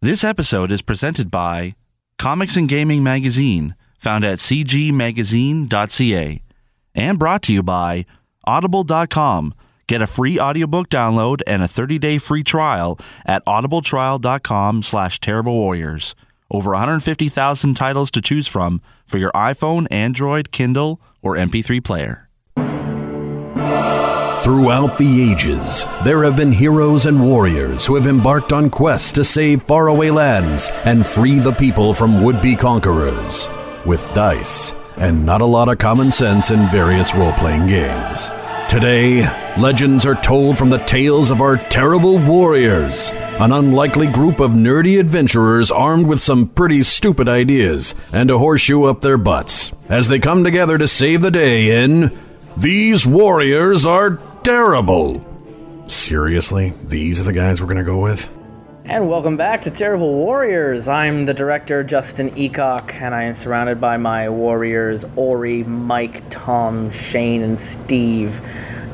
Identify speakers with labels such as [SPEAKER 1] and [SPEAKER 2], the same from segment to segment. [SPEAKER 1] This episode is presented by Comics and Gaming Magazine, found at cgmagazine.ca, and brought to you by Audible.com. Get a free audiobook download and a 30-day free trial at audibletrial.com slash terrible warriors. Over 150,000 titles to choose from for your iPhone, Android, Kindle, or MP3 player.
[SPEAKER 2] Throughout the ages, there have been heroes and warriors who have embarked on quests to save faraway lands and free the people from would be conquerors. With dice and not a lot of common sense in various role playing games. Today, legends are told from the tales of our terrible warriors, an unlikely group of nerdy adventurers armed with some pretty stupid ideas and a horseshoe up their butts, as they come together to save the day in these warriors are terrible. Seriously? These are the guys we're going to go with?
[SPEAKER 3] And welcome back to Terrible Warriors. I'm the director, Justin Eacock, and I am surrounded by my warriors Ori, Mike, Tom, Shane, and Steve.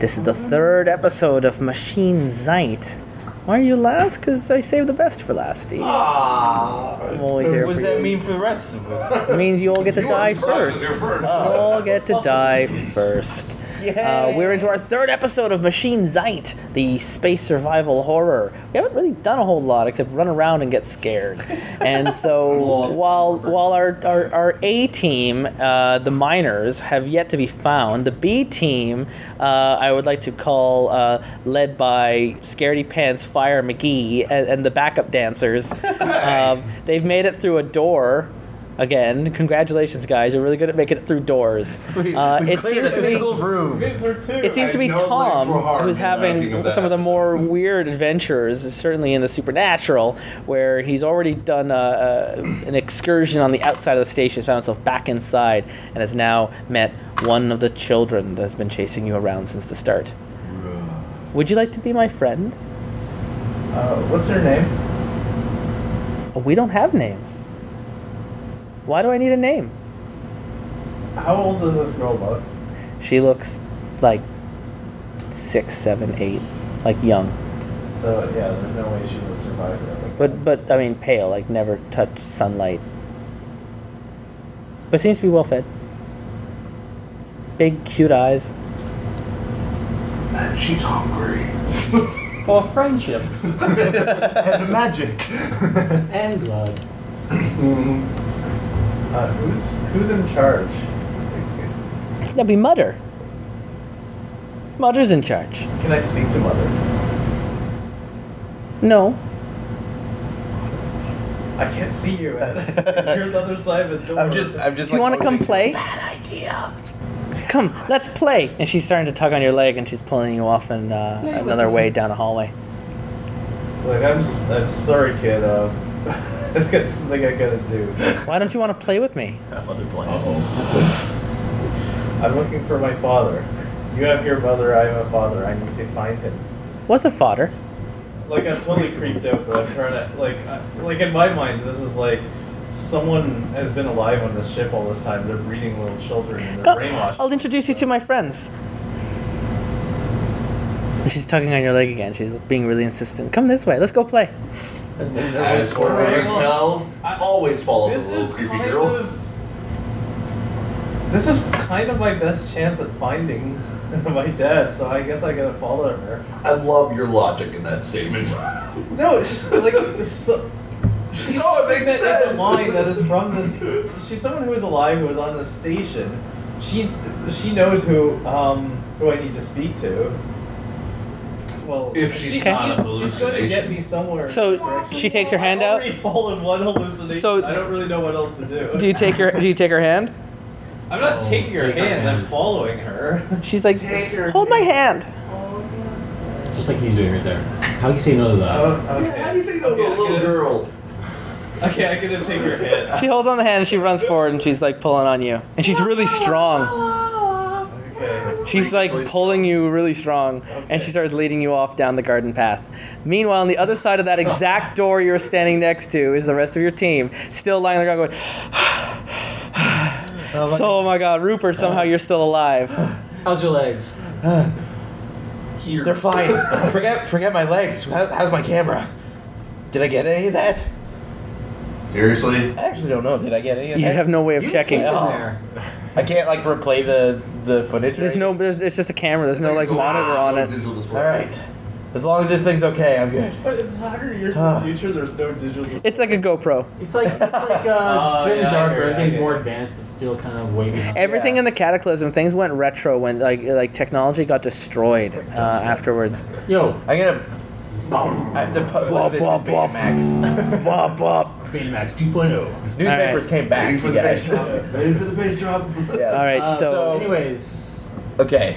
[SPEAKER 3] This is the third episode of Machine Zeit. Why are you last? Because I saved the best for last, Steve. I'm always here
[SPEAKER 4] Ah,
[SPEAKER 3] for
[SPEAKER 4] What does that
[SPEAKER 3] you.
[SPEAKER 4] mean for the rest of us?
[SPEAKER 3] It means you all get to die first. You all get to die first. Uh, we're into our third episode of Machine Zeit, the space survival horror. We haven't really done a whole lot except run around and get scared. And so while while our our, our A team, uh, the miners, have yet to be found, the B team, uh, I would like to call uh, led by Scaredy Pants Fire McGee and, and the backup dancers. Um, they've made it through a door. Again, congratulations, guys! You're really good at making it through doors. Uh, it seems to be
[SPEAKER 4] room.
[SPEAKER 3] it seems to be Tom who's having some of the more weird adventures, certainly in the supernatural, where he's already done uh uh an excursion on the outside of the station, found himself back inside, and has now met one of the children that's been chasing you around since the start. Would you like to be my friend?
[SPEAKER 4] Uh, what's her name?
[SPEAKER 3] Oh, We don't have names. Why do I need a name?
[SPEAKER 4] How old does this girl look?
[SPEAKER 3] She looks like six, seven, eight, like young.
[SPEAKER 4] So yeah, there's no way she's a survivor.
[SPEAKER 3] But but I mean pale, like never touch sunlight. But seems to be well fed. Big cute eyes.
[SPEAKER 5] And she's hungry.
[SPEAKER 6] For friendship
[SPEAKER 4] and magic.
[SPEAKER 6] and blood.
[SPEAKER 4] Uh, who's who's in charge?
[SPEAKER 3] That'd be Mudder. Mudder's in charge.
[SPEAKER 4] Can I speak to mother?
[SPEAKER 3] No.
[SPEAKER 4] I can't see you. Ed. You're on the other side of the door.
[SPEAKER 7] I'm just, I'm just.
[SPEAKER 3] Do you
[SPEAKER 7] like
[SPEAKER 3] wanna come
[SPEAKER 7] posing.
[SPEAKER 3] play? Come, let's play. And she's starting to tug on your leg and she's pulling you off in uh, another way down a hallway.
[SPEAKER 4] like I'm. s- I'm sorry, kid. Uh, I've got something I gotta do.
[SPEAKER 3] Why don't you want to play with me?
[SPEAKER 4] I'm looking for my father. You have your mother. I have a father. I need to find him.
[SPEAKER 3] What's a fodder?
[SPEAKER 4] like I'm totally creeped out, but I'm trying to like I, like in my mind this is like someone has been alive on this ship all this time. They're breeding little children and they're
[SPEAKER 3] Go-
[SPEAKER 4] brainwashed.
[SPEAKER 3] I'll introduce you to my friends. And She's tugging on your leg again. She's being really insistent. Come this way. Let's go play.
[SPEAKER 7] As for myself, I always follow
[SPEAKER 4] This
[SPEAKER 7] the little
[SPEAKER 4] is
[SPEAKER 7] creepy
[SPEAKER 4] kind
[SPEAKER 7] girl.
[SPEAKER 4] of this is kind of my best chance at finding my dad. So I guess I gotta follow her.
[SPEAKER 7] I love your logic in that statement.
[SPEAKER 4] No, it's just, like it's so, she's
[SPEAKER 7] No, it makes
[SPEAKER 4] that is a
[SPEAKER 7] sense.
[SPEAKER 4] line that is from this. She's someone who is alive who is on this station. She she knows who um who I need to speak to. Well,
[SPEAKER 7] If she's
[SPEAKER 4] she-
[SPEAKER 3] not
[SPEAKER 7] a
[SPEAKER 4] she's, she's going to get
[SPEAKER 7] hallucination.
[SPEAKER 4] me somewhere.
[SPEAKER 3] So she takes her hand out.
[SPEAKER 4] I've already fallen one hallucination.
[SPEAKER 3] So-
[SPEAKER 4] I don't really know what else to do.
[SPEAKER 3] Do you take her? Do you take her hand?
[SPEAKER 4] I'm
[SPEAKER 7] Oh,
[SPEAKER 4] not taking her hand. I'm following her.
[SPEAKER 3] She's like,
[SPEAKER 4] Take her
[SPEAKER 3] hold my hand.
[SPEAKER 6] Just like he's doing right there. How can you say no to that?
[SPEAKER 4] Oh, okay.
[SPEAKER 7] How do you say no to a
[SPEAKER 4] Okay,
[SPEAKER 7] little
[SPEAKER 4] I'm gonna-
[SPEAKER 7] girl?
[SPEAKER 4] Okay, I'm gonna take her hand.
[SPEAKER 3] She holds on the hand and she runs forward and she's like pulling on you. And she's really strong.
[SPEAKER 4] Okay.
[SPEAKER 3] She's like pulling you really strong. And
[SPEAKER 4] Okay.
[SPEAKER 3] she starts leading you off down the garden path. Meanwhile, on the other side of that exact door you're standing next to is the rest of your team, still lying on the ground going,
[SPEAKER 4] Oh,
[SPEAKER 3] so, oh my god, Rupert, somehow you're still alive.
[SPEAKER 6] How's your legs?
[SPEAKER 7] Here.
[SPEAKER 5] They're fine. forget, forget my legs. How, how's my camera? Did I get any of that?
[SPEAKER 7] Seriously?
[SPEAKER 4] I actually don't know. Did I get any? Of
[SPEAKER 3] You
[SPEAKER 4] that?
[SPEAKER 3] have no way of checking.
[SPEAKER 4] Oh. I can't like replay the the footage.
[SPEAKER 3] There's
[SPEAKER 4] right?
[SPEAKER 3] no. There's, it's just a camera. There's no like
[SPEAKER 7] Go-
[SPEAKER 3] monitor on
[SPEAKER 7] no
[SPEAKER 3] it.
[SPEAKER 7] digital display.
[SPEAKER 4] All right. As long as this thing's okay, I'm good.
[SPEAKER 8] But it's 100 years
[SPEAKER 7] Ah.
[SPEAKER 8] in the future, there's no digital.
[SPEAKER 3] It's like a GoPro.
[SPEAKER 6] It's like it's like uh,
[SPEAKER 4] Oh,
[SPEAKER 6] really
[SPEAKER 4] yeah, I
[SPEAKER 6] dark.
[SPEAKER 4] hear it, I
[SPEAKER 6] Everything's
[SPEAKER 4] hear
[SPEAKER 6] more
[SPEAKER 4] it.
[SPEAKER 6] advanced, but still kind of way behind.
[SPEAKER 3] Everything
[SPEAKER 4] Yeah.
[SPEAKER 3] in the Cataclysm, things went retro when like like technology got destroyed uh, afterwards.
[SPEAKER 6] Yo,
[SPEAKER 4] I'm gonna. I have to publish
[SPEAKER 3] Bop,
[SPEAKER 4] this
[SPEAKER 3] bop,
[SPEAKER 4] in
[SPEAKER 3] bop.
[SPEAKER 4] Betamax.
[SPEAKER 3] Bop, bop.
[SPEAKER 6] Betamax 2.0.
[SPEAKER 4] Newspapers came
[SPEAKER 7] Waiting
[SPEAKER 4] back,
[SPEAKER 7] for
[SPEAKER 4] you
[SPEAKER 7] the bass
[SPEAKER 4] guys.
[SPEAKER 7] drop. Waiting for the bass drop.
[SPEAKER 4] Yeah.
[SPEAKER 3] All right,
[SPEAKER 6] Uh, so,
[SPEAKER 3] so,
[SPEAKER 6] anyways,
[SPEAKER 4] Okay.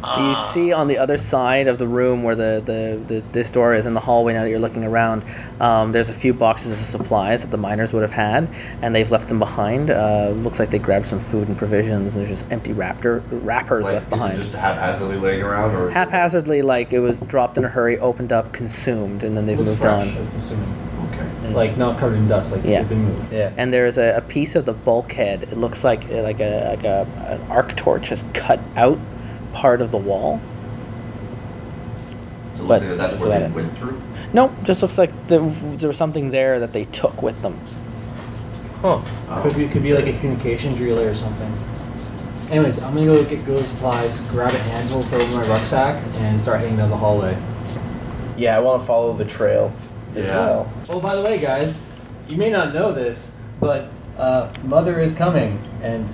[SPEAKER 3] you
[SPEAKER 7] Ah.
[SPEAKER 3] see on the other side of the room where the, the, the this door is in the hallway. Now that you're looking around, um, there's a few boxes of supplies that the miners would have had, and they've left them behind. Uh, looks like they grabbed some food and provisions, and there's just empty raptor wrappers
[SPEAKER 7] Like,
[SPEAKER 3] left
[SPEAKER 7] Is
[SPEAKER 3] behind.
[SPEAKER 7] it just haphazardly laying around, or
[SPEAKER 3] haphazardly like it was dropped in a hurry, opened up, consumed, and then they've
[SPEAKER 6] looks
[SPEAKER 3] moved
[SPEAKER 6] fresh,
[SPEAKER 3] on.
[SPEAKER 6] I'm assuming. Mm.
[SPEAKER 7] Okay.
[SPEAKER 6] Like not covered in dust. Like
[SPEAKER 3] Yeah.
[SPEAKER 6] they've been moved.
[SPEAKER 4] Yeah.
[SPEAKER 3] And there's a, a piece of the bulkhead. It looks like like a like a an arc torch has cut out part of the wall.
[SPEAKER 7] So
[SPEAKER 3] But
[SPEAKER 7] let's say that that's
[SPEAKER 3] that's
[SPEAKER 7] where
[SPEAKER 3] about
[SPEAKER 7] they
[SPEAKER 3] it.
[SPEAKER 7] went through.
[SPEAKER 3] Nope, just looks like there, there was something there that they took with them.
[SPEAKER 4] Huh.
[SPEAKER 6] Could be could be like a communications relay or something. Anyways, I'm gonna go get go to supplies, grab a handful, throw it in my rucksack, and start heading down the hallway.
[SPEAKER 4] Yeah, I want to follow the trail as
[SPEAKER 7] Yeah.
[SPEAKER 4] well.
[SPEAKER 6] Oh, by the way, guys, you may not know this, but uh, mother is coming, and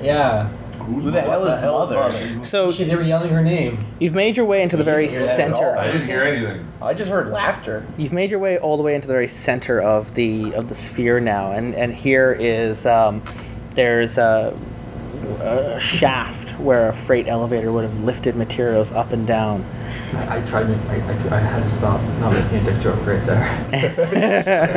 [SPEAKER 6] yeah,
[SPEAKER 4] Who the hell is mother?
[SPEAKER 3] So
[SPEAKER 6] she, they were yelling her name.
[SPEAKER 3] you've made your way into the very
[SPEAKER 4] hear that at
[SPEAKER 7] I
[SPEAKER 3] center.
[SPEAKER 4] all.
[SPEAKER 7] didn't hear anything.
[SPEAKER 4] I just heard laughter.
[SPEAKER 3] You've made your way all the way into the very center of the of the sphere now, and and here is um, there's a, a shaft where a freight elevator would have lifted materials up and down.
[SPEAKER 6] I, I tried to, I, I, cou- I had to stop not making a dick joke right there.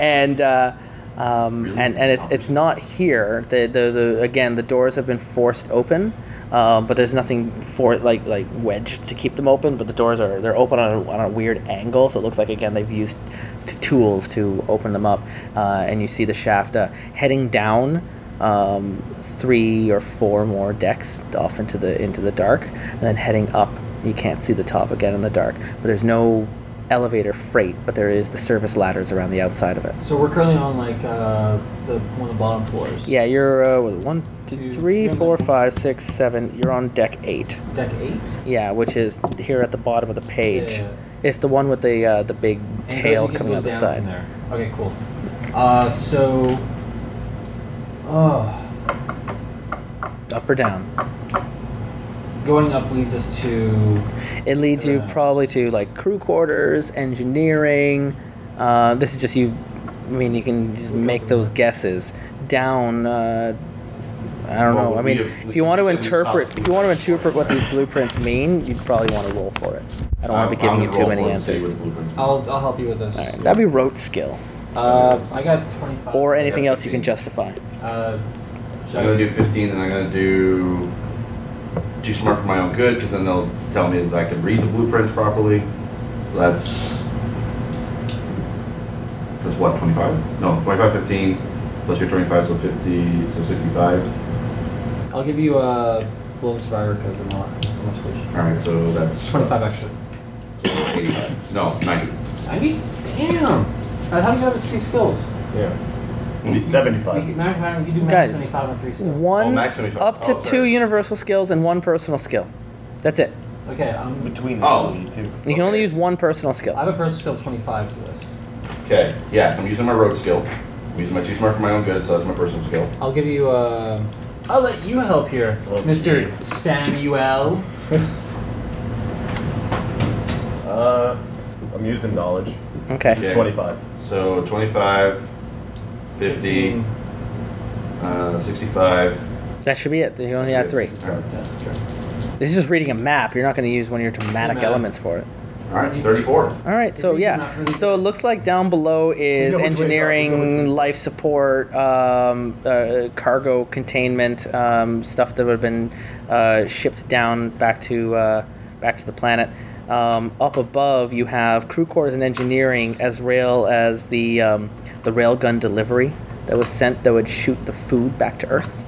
[SPEAKER 3] and uh, um, and and it's it's not here. The, the the again the doors have been forced open, um, but there's nothing for like like wedged to keep them open. But the doors are they're open on a, on a weird angle, so it looks like again they've used t- tools to open them up. Uh, and you see the shaft uh, heading down. Um, three or four more decks off into the into the dark, and then heading up. You can't see the top again in the dark, but there's no elevator freight, but there is the service ladders around the outside of it.
[SPEAKER 6] so we're currently on like uh, the one of the bottom floors.
[SPEAKER 3] Yeah, you're uh, what, one, two,
[SPEAKER 6] Two,
[SPEAKER 3] three,
[SPEAKER 6] yeah,
[SPEAKER 3] four,
[SPEAKER 6] man.
[SPEAKER 3] five, six, seven. You're on deck eight.
[SPEAKER 6] Deck eight.
[SPEAKER 3] Yeah, which is here at the bottom of the page.
[SPEAKER 6] Yeah.
[SPEAKER 3] It's the one with the uh, the big
[SPEAKER 6] And
[SPEAKER 3] tail
[SPEAKER 6] you can
[SPEAKER 3] coming
[SPEAKER 6] go
[SPEAKER 3] out the
[SPEAKER 6] down
[SPEAKER 3] side.
[SPEAKER 6] from there. Okay, cool. Uh, so, oh,
[SPEAKER 3] Up or down?
[SPEAKER 6] going up leads us to
[SPEAKER 3] It leads you
[SPEAKER 6] Right.
[SPEAKER 3] probably to like crew quarters, engineering. Uh, this is just you. I mean, you can just make those guesses. Down. Uh, I don't
[SPEAKER 7] Well,
[SPEAKER 3] know. I
[SPEAKER 7] we
[SPEAKER 3] mean,
[SPEAKER 7] have-
[SPEAKER 3] if you want to
[SPEAKER 7] we have
[SPEAKER 3] interpret,
[SPEAKER 7] solid
[SPEAKER 3] if you want to
[SPEAKER 7] blueprints.
[SPEAKER 3] interpret what these blueprints mean, you'd probably want to roll for it. I don't want to be giving you too many answers.
[SPEAKER 6] I'll, I'll help you with this.
[SPEAKER 3] Alright, that'd be rote skill.
[SPEAKER 6] Uh, I got 25.
[SPEAKER 3] Or anything
[SPEAKER 7] Yeah,
[SPEAKER 3] else you can
[SPEAKER 7] fifteen.
[SPEAKER 3] justify.
[SPEAKER 6] Uh,
[SPEAKER 7] So I'm gonna do 15, and I'm gonna do too smart for my own good, because then they'll tell me that I can read the blueprints properly. So that's that's what 25? No, 25, 15 plus your 25, so 50, so 65.
[SPEAKER 6] I'll give you a blow survivor because I'm not. I'm not supposed
[SPEAKER 7] All right, so that's
[SPEAKER 6] to- 25 extra.
[SPEAKER 7] So 85. No, 90.
[SPEAKER 6] 90? Damn! Uh, how do you have three skills?
[SPEAKER 8] It'll be 75.
[SPEAKER 6] You, max, max, you do max
[SPEAKER 3] Guys,
[SPEAKER 6] 75 on three skills.
[SPEAKER 7] Oh,
[SPEAKER 3] One
[SPEAKER 7] max 25.
[SPEAKER 3] up to
[SPEAKER 7] Oh,
[SPEAKER 3] two
[SPEAKER 7] sorry.
[SPEAKER 3] universal skills and one personal skill. That's it.
[SPEAKER 6] Okay, um,
[SPEAKER 4] Between the
[SPEAKER 7] Oh.
[SPEAKER 4] two, too.
[SPEAKER 3] You can only
[SPEAKER 7] Okay.
[SPEAKER 3] use one personal
[SPEAKER 6] I
[SPEAKER 3] skill.
[SPEAKER 6] have a personal skill of 25 to this.
[SPEAKER 7] Okay, yeah, so I'm using my road skill. I'm using my too smart for my own good, so that's my personal skill.
[SPEAKER 6] I'll give you uh I'll let you help here, Mr. Samuel.
[SPEAKER 8] Uh, I'm using knowledge.
[SPEAKER 3] Okay.
[SPEAKER 8] It's
[SPEAKER 7] Okay.
[SPEAKER 8] 25.
[SPEAKER 7] So 25, 50, uh, 65.
[SPEAKER 3] That should be it. You only have three.
[SPEAKER 7] All right,
[SPEAKER 3] This is just reading a map. You're not going to use one of your dramatic
[SPEAKER 6] Map.
[SPEAKER 3] elements for it.
[SPEAKER 7] All right, 34.
[SPEAKER 3] All right. So
[SPEAKER 6] reads
[SPEAKER 3] yeah.
[SPEAKER 6] not really
[SPEAKER 3] So it looks like down below is
[SPEAKER 8] We know which way it's up, we know which way
[SPEAKER 3] engineering,
[SPEAKER 8] it's up.
[SPEAKER 3] life support, um, uh, cargo containment, um, stuff that would have been uh, shipped down back to uh, back to the planet. Um, up above, you have crew quarters and engineering, as well as the um, the railgun delivery that was sent that would shoot the food back to Earth.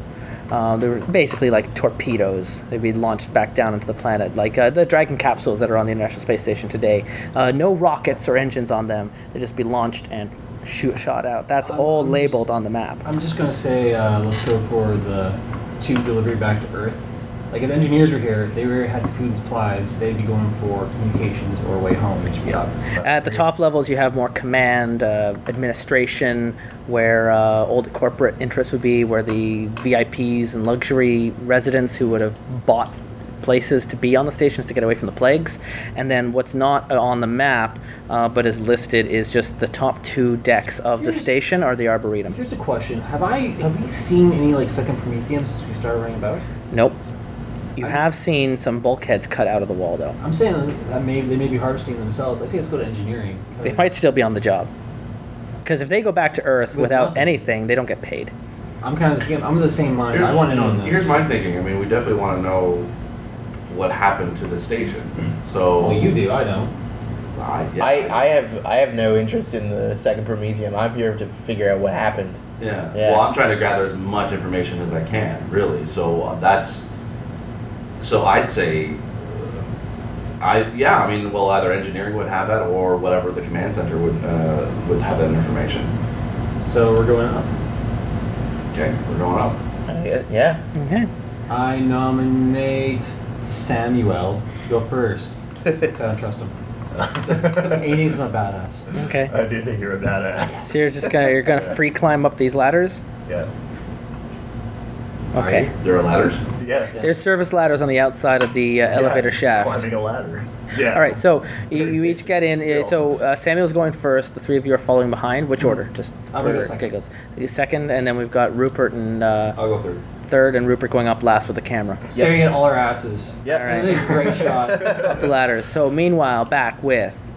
[SPEAKER 3] Um, they were basically like torpedoes. They'd be launched back down into the planet, like uh, the Dragon capsules that are on the International Space Station today. Uh, no rockets or engines on them. They'd just be launched and shoot, shot out. That's
[SPEAKER 6] I'm-
[SPEAKER 3] all
[SPEAKER 6] I'm just-
[SPEAKER 3] labeled on the map.
[SPEAKER 6] I'm just gonna say uh, let's go for the tube delivery back to Earth. Like if the engineers were here, they already had food supplies. They'd be going for communications or way home, which we got.
[SPEAKER 3] At the top levels, you have more command, uh, administration, where uh, old corporate interests would be, where the VIPs and luxury residents who would have bought places to be on the stations to get away from the plagues. And then what's not uh, on the map, uh, but is listed, is just the top two decks of the
[SPEAKER 6] Here's-
[SPEAKER 3] station or the arboretum.
[SPEAKER 6] Here's a question: Have I have we seen any like second Prometheum since we started running about?
[SPEAKER 3] Nope. You have seen some bulkheads cut out of the wall, though.
[SPEAKER 6] I'm saying that maybe they may be harvesting themselves. I say let's go to engineering.
[SPEAKER 3] They might still be on the job. Because if they go back to Earth
[SPEAKER 6] With
[SPEAKER 3] without
[SPEAKER 6] nothing.
[SPEAKER 3] anything, they don't get paid.
[SPEAKER 6] I'm kind of the same. I'm of the same mind. I want in on this.
[SPEAKER 7] Here's my thinking. I mean, we definitely want to know what happened to the station. So
[SPEAKER 6] Well, you do. I don't.
[SPEAKER 7] I, yeah,
[SPEAKER 4] I, I have I have no interest in the second Prometheum. I'm here to figure out what happened.
[SPEAKER 7] Yeah.
[SPEAKER 4] Yeah.
[SPEAKER 7] Well, I'm trying to gather as much information as I can, really. So uh, that's. So I'd say. uh, I yeah. I mean, well, either engineering would have that, or whatever the command center would uh, would have that information.
[SPEAKER 6] So we're going up.
[SPEAKER 7] Okay, we're going up.
[SPEAKER 4] Uh, yeah.
[SPEAKER 3] Okay.
[SPEAKER 6] I nominate Samuel. Go first. 'Cause I don't trust him. He thinks I'm a badass.
[SPEAKER 3] Okay.
[SPEAKER 8] I Uh, do think you're a badass.
[SPEAKER 3] So you're just gonna you're gonna free climb up these ladders.
[SPEAKER 8] Yeah.
[SPEAKER 3] Okay.
[SPEAKER 7] There are ladders.
[SPEAKER 8] Yeah.
[SPEAKER 3] There's service ladders on the outside of the uh, elevator shaft.
[SPEAKER 8] Climbing a ladder. Yeah.
[SPEAKER 3] All right, so you,
[SPEAKER 8] Very
[SPEAKER 3] you each get in.
[SPEAKER 8] basic
[SPEAKER 3] uh, So uh, Samuel's going first. The three of you are following behind.
[SPEAKER 8] Mm-hmm.
[SPEAKER 3] Which order? Just
[SPEAKER 6] I'm gonna
[SPEAKER 3] for
[SPEAKER 6] go second.
[SPEAKER 3] giggles. You Second, and then we've got Rupert and uh,
[SPEAKER 7] I'll go third.
[SPEAKER 3] third, and Rupert going up last with the camera
[SPEAKER 6] Staring at all our asses.
[SPEAKER 8] Yeah.
[SPEAKER 3] All right.
[SPEAKER 6] That was a great shot.
[SPEAKER 3] up the ladders. So meanwhile, back with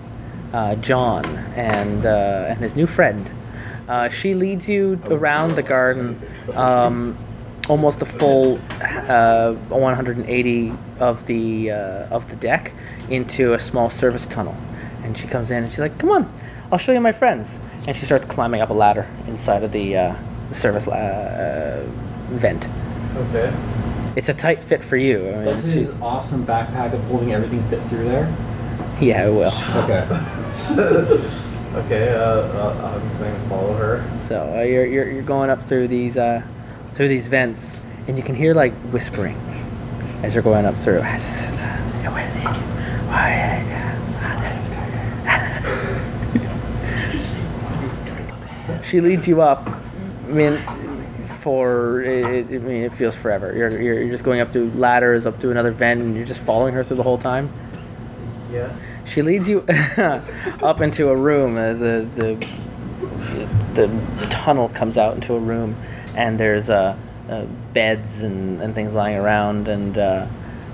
[SPEAKER 3] uh, John and uh, and his new friend. Uh, she leads you around the garden, um, almost the full uh, 180 of the uh, of the deck into a small service tunnel. And she comes in and she's like, "Come on, I'll show you my friends." And she starts climbing up a ladder inside of the uh, service la- uh, vent.
[SPEAKER 8] Okay.
[SPEAKER 3] It's a tight fit for you. I mean,
[SPEAKER 6] Does his awesome backpack of holding everything fit through there?
[SPEAKER 3] yeah, it will.
[SPEAKER 6] Okay.
[SPEAKER 8] Okay. Uh, uh, I'm going to follow her.
[SPEAKER 3] So uh, you're, you're you're going up through these uh, through these vents, and you can hear like whispering as you're going up through. she leads you up. I mean, for it, it- I mean, it feels forever. You're, you're you're just going up through ladders, up through another vent, and you're just following her through the whole time.
[SPEAKER 8] Yeah.
[SPEAKER 3] She leads you up into a room as the, the the tunnel comes out into a room, and there's uh, uh, beds and, and things lying around, and uh,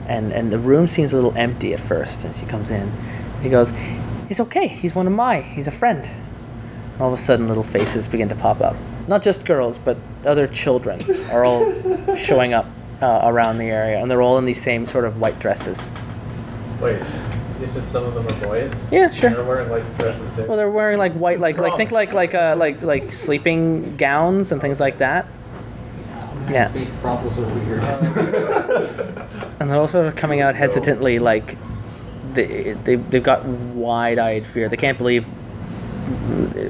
[SPEAKER 3] and and the room seems a little empty at first. And she comes in, and she goes, "It's okay. He's one of my. He's a friend." And all of a sudden, little faces begin to pop up. Not just girls, but other children are all showing up uh, around the area, and they're all in these same sort of white dresses.
[SPEAKER 8] Wait. You said some of them are boys.
[SPEAKER 3] Yeah, sure.
[SPEAKER 8] They're wearing like dresses too.
[SPEAKER 3] Well, they're wearing like white, like like think like like uh, like like sleeping gowns and things like that. Yeah.
[SPEAKER 6] Space brothels are weird.
[SPEAKER 3] And they're also coming out hesitantly, like they, they they've got wide-eyed fear. They can't believe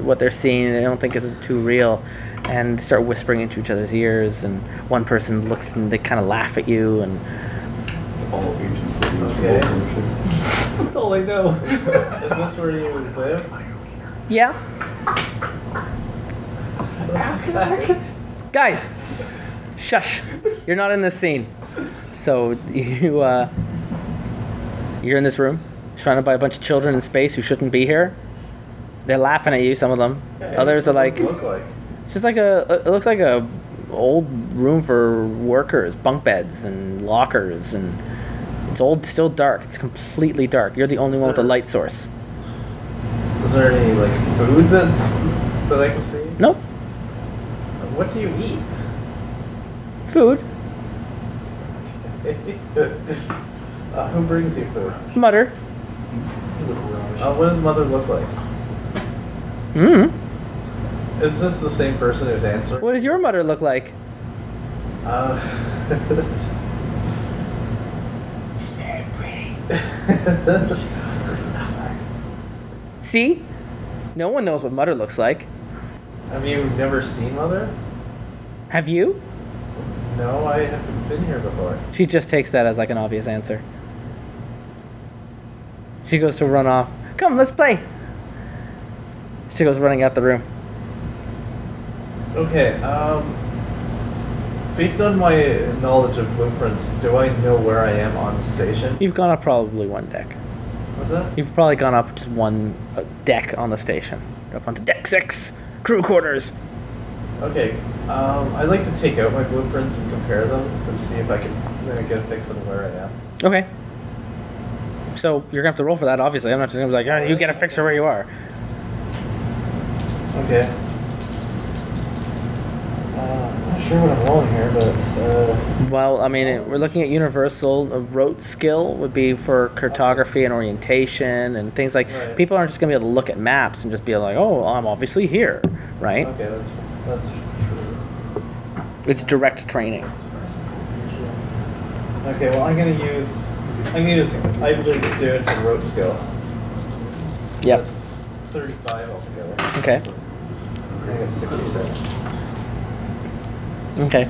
[SPEAKER 3] what they're seeing. They don't think it's too real, and start whispering into each other's ears. And one person looks and they kind of laugh at you. And
[SPEAKER 7] It's all agents that use
[SPEAKER 8] Okay.
[SPEAKER 7] war commissions.
[SPEAKER 6] That's all I know.
[SPEAKER 8] Is this where you live?
[SPEAKER 3] yeah, guys, shush! You're not in this scene. So you uh, you're in this room, surrounded by a bunch of children in space who shouldn't be here. They're laughing at you. Some of them. Others are like.
[SPEAKER 8] Look like.
[SPEAKER 3] It's just like a. It looks like a old room for workers, bunk beds and lockers, and it's old, still dark. It's completely dark. You're the only one with a
[SPEAKER 8] Sir.
[SPEAKER 3] light source.
[SPEAKER 8] Is there any like food that that I can see?
[SPEAKER 3] Nope.
[SPEAKER 8] What do you eat?
[SPEAKER 3] Food.
[SPEAKER 8] uh, who brings you food?
[SPEAKER 3] Mutter.
[SPEAKER 8] Uh, what does mother look like?
[SPEAKER 3] Hmm.
[SPEAKER 8] Is this the same person who's answering?
[SPEAKER 3] What does your mutter look like?
[SPEAKER 8] Uh,
[SPEAKER 3] See? No one knows what mutter looks like.
[SPEAKER 4] Have you never seen Mother?
[SPEAKER 3] Have you?
[SPEAKER 4] No, I haven't been here before.
[SPEAKER 3] She just takes that as like an obvious answer. She goes to run off. Come, let's play. She goes running out the room.
[SPEAKER 4] Okay, um. Based on my knowledge of blueprints, do I know where I am on the station?
[SPEAKER 3] You've gone up probably one deck.
[SPEAKER 4] What's that?
[SPEAKER 3] You've probably gone up just one uh, deck on the station. Up onto deck six, crew quarters.
[SPEAKER 4] Okay, um, I'd like to take out my blueprints and compare them and see if I can uh, get a fix on where I am.
[SPEAKER 3] Okay. So you're gonna have to roll for that. Obviously, I'm not just gonna be like, oh, you gotta fix her where you are.
[SPEAKER 4] Okay. Uh, I'm not sure what I'm rolling here, but uh,
[SPEAKER 3] Well, I mean, it, we're looking at universal. A rote skill would be for cartography and orientation and things like.
[SPEAKER 4] Right.
[SPEAKER 3] People aren't just gonna be able to look at maps and just be like, oh, I'm obviously here, right?
[SPEAKER 4] okay, that's that's true.
[SPEAKER 3] It's direct training.
[SPEAKER 4] Okay, well I'm gonna use I'm gonna use I believe it's due to rope skill.
[SPEAKER 3] Yep.
[SPEAKER 4] That's 35 altogether.
[SPEAKER 3] Okay.
[SPEAKER 4] I got 67.
[SPEAKER 3] Okay.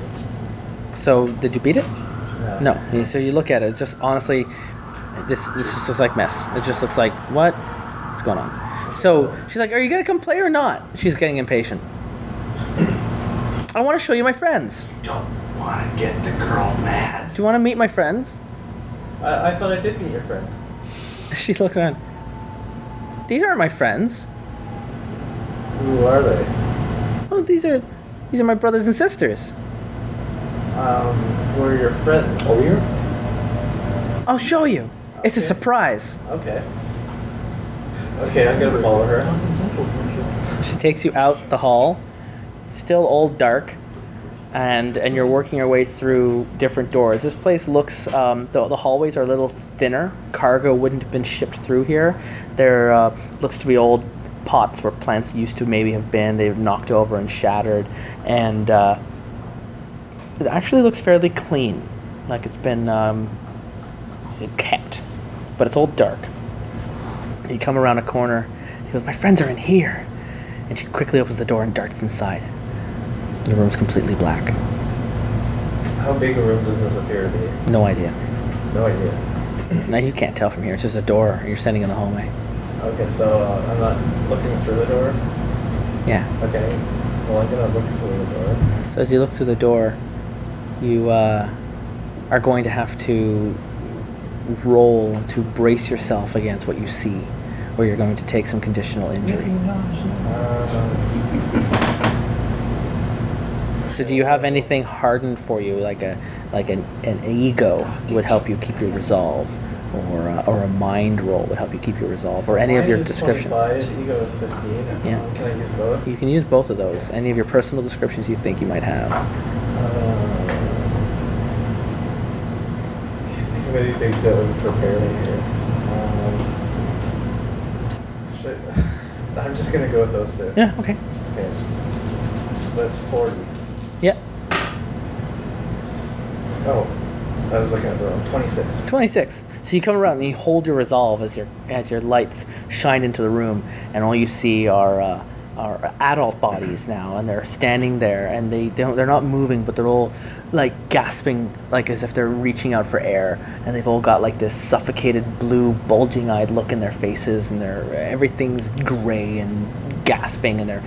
[SPEAKER 3] So did you beat it?
[SPEAKER 4] No.
[SPEAKER 3] No. You- So you look at it. It's just honestly, this this just looks like mess. It just looks like what? What's going on? So she's like, "Are you gonna come play or not?" She's getting impatient. I want to show you my friends.
[SPEAKER 5] Don't want to get the girl mad.
[SPEAKER 3] Do you want to meet my friends?
[SPEAKER 4] I, I thought I did meet your friends.
[SPEAKER 3] She looks around. These aren't my friends.
[SPEAKER 4] Who are they?
[SPEAKER 3] Oh, these are these are my brothers and sisters.
[SPEAKER 4] Um, who are your friends?
[SPEAKER 6] Oh, you're
[SPEAKER 3] I'll show you. It's a
[SPEAKER 4] Okay.
[SPEAKER 3] surprise.
[SPEAKER 4] Okay. Okay, I'm gonna follow her.
[SPEAKER 3] She takes you out the hall. It's still all dark, and and you're working your way through different doors. This place looks um, the the hallways are a little thinner. Cargo wouldn't have been shipped through here. There uh, looks to be old pots where plants used to maybe have been. They've knocked over and shattered, and uh, it actually looks fairly clean, like it's been um, kept, but it's all dark. You come around a corner. He goes, "My friends are in here," and she quickly opens the door and darts inside. The room's completely black.
[SPEAKER 4] How big a room does this appear to be?
[SPEAKER 3] No idea.
[SPEAKER 4] No idea.
[SPEAKER 3] Now you can't tell from here. It's just a door. You're standing in the hallway.
[SPEAKER 4] Okay, so uh, I'm not looking through the door.
[SPEAKER 3] Yeah.
[SPEAKER 4] Okay. Well, I'm gonna look through the door.
[SPEAKER 3] So as you look through the door, you uh, are going to have to roll to brace yourself against what you see, or you're going to take some conditional injury.
[SPEAKER 4] Um,
[SPEAKER 3] So do you have anything hardened for you, like a like an, an ego would help you keep your resolve, or a, or a mind roll would help you keep your resolve, or any of
[SPEAKER 4] mine
[SPEAKER 3] your
[SPEAKER 4] is
[SPEAKER 3] description.
[SPEAKER 4] 25, Ego is 15.
[SPEAKER 3] Yeah.
[SPEAKER 4] Um, can I use both?
[SPEAKER 3] You can use both of those. Any of your personal descriptions you think you might have.
[SPEAKER 4] Uh, can't think of anything that would prepare me here. Um, should, I'm just gonna go with those two.
[SPEAKER 3] Yeah. Okay.
[SPEAKER 4] Okay. So that's 40.
[SPEAKER 3] Yeah.
[SPEAKER 4] Oh, I was looking at the wrong. 26.
[SPEAKER 3] Twenty six. So you come around and you hold your resolve as your as your lights shine into the room, and all you see are. Uh, are adult bodies now, and they're standing there, and they don't, they're not moving, but they're all like gasping, like as if they're reaching out for air, and they've all got like this suffocated blue, bulging-eyed look in their faces, and they're everything's gray and gasping, and their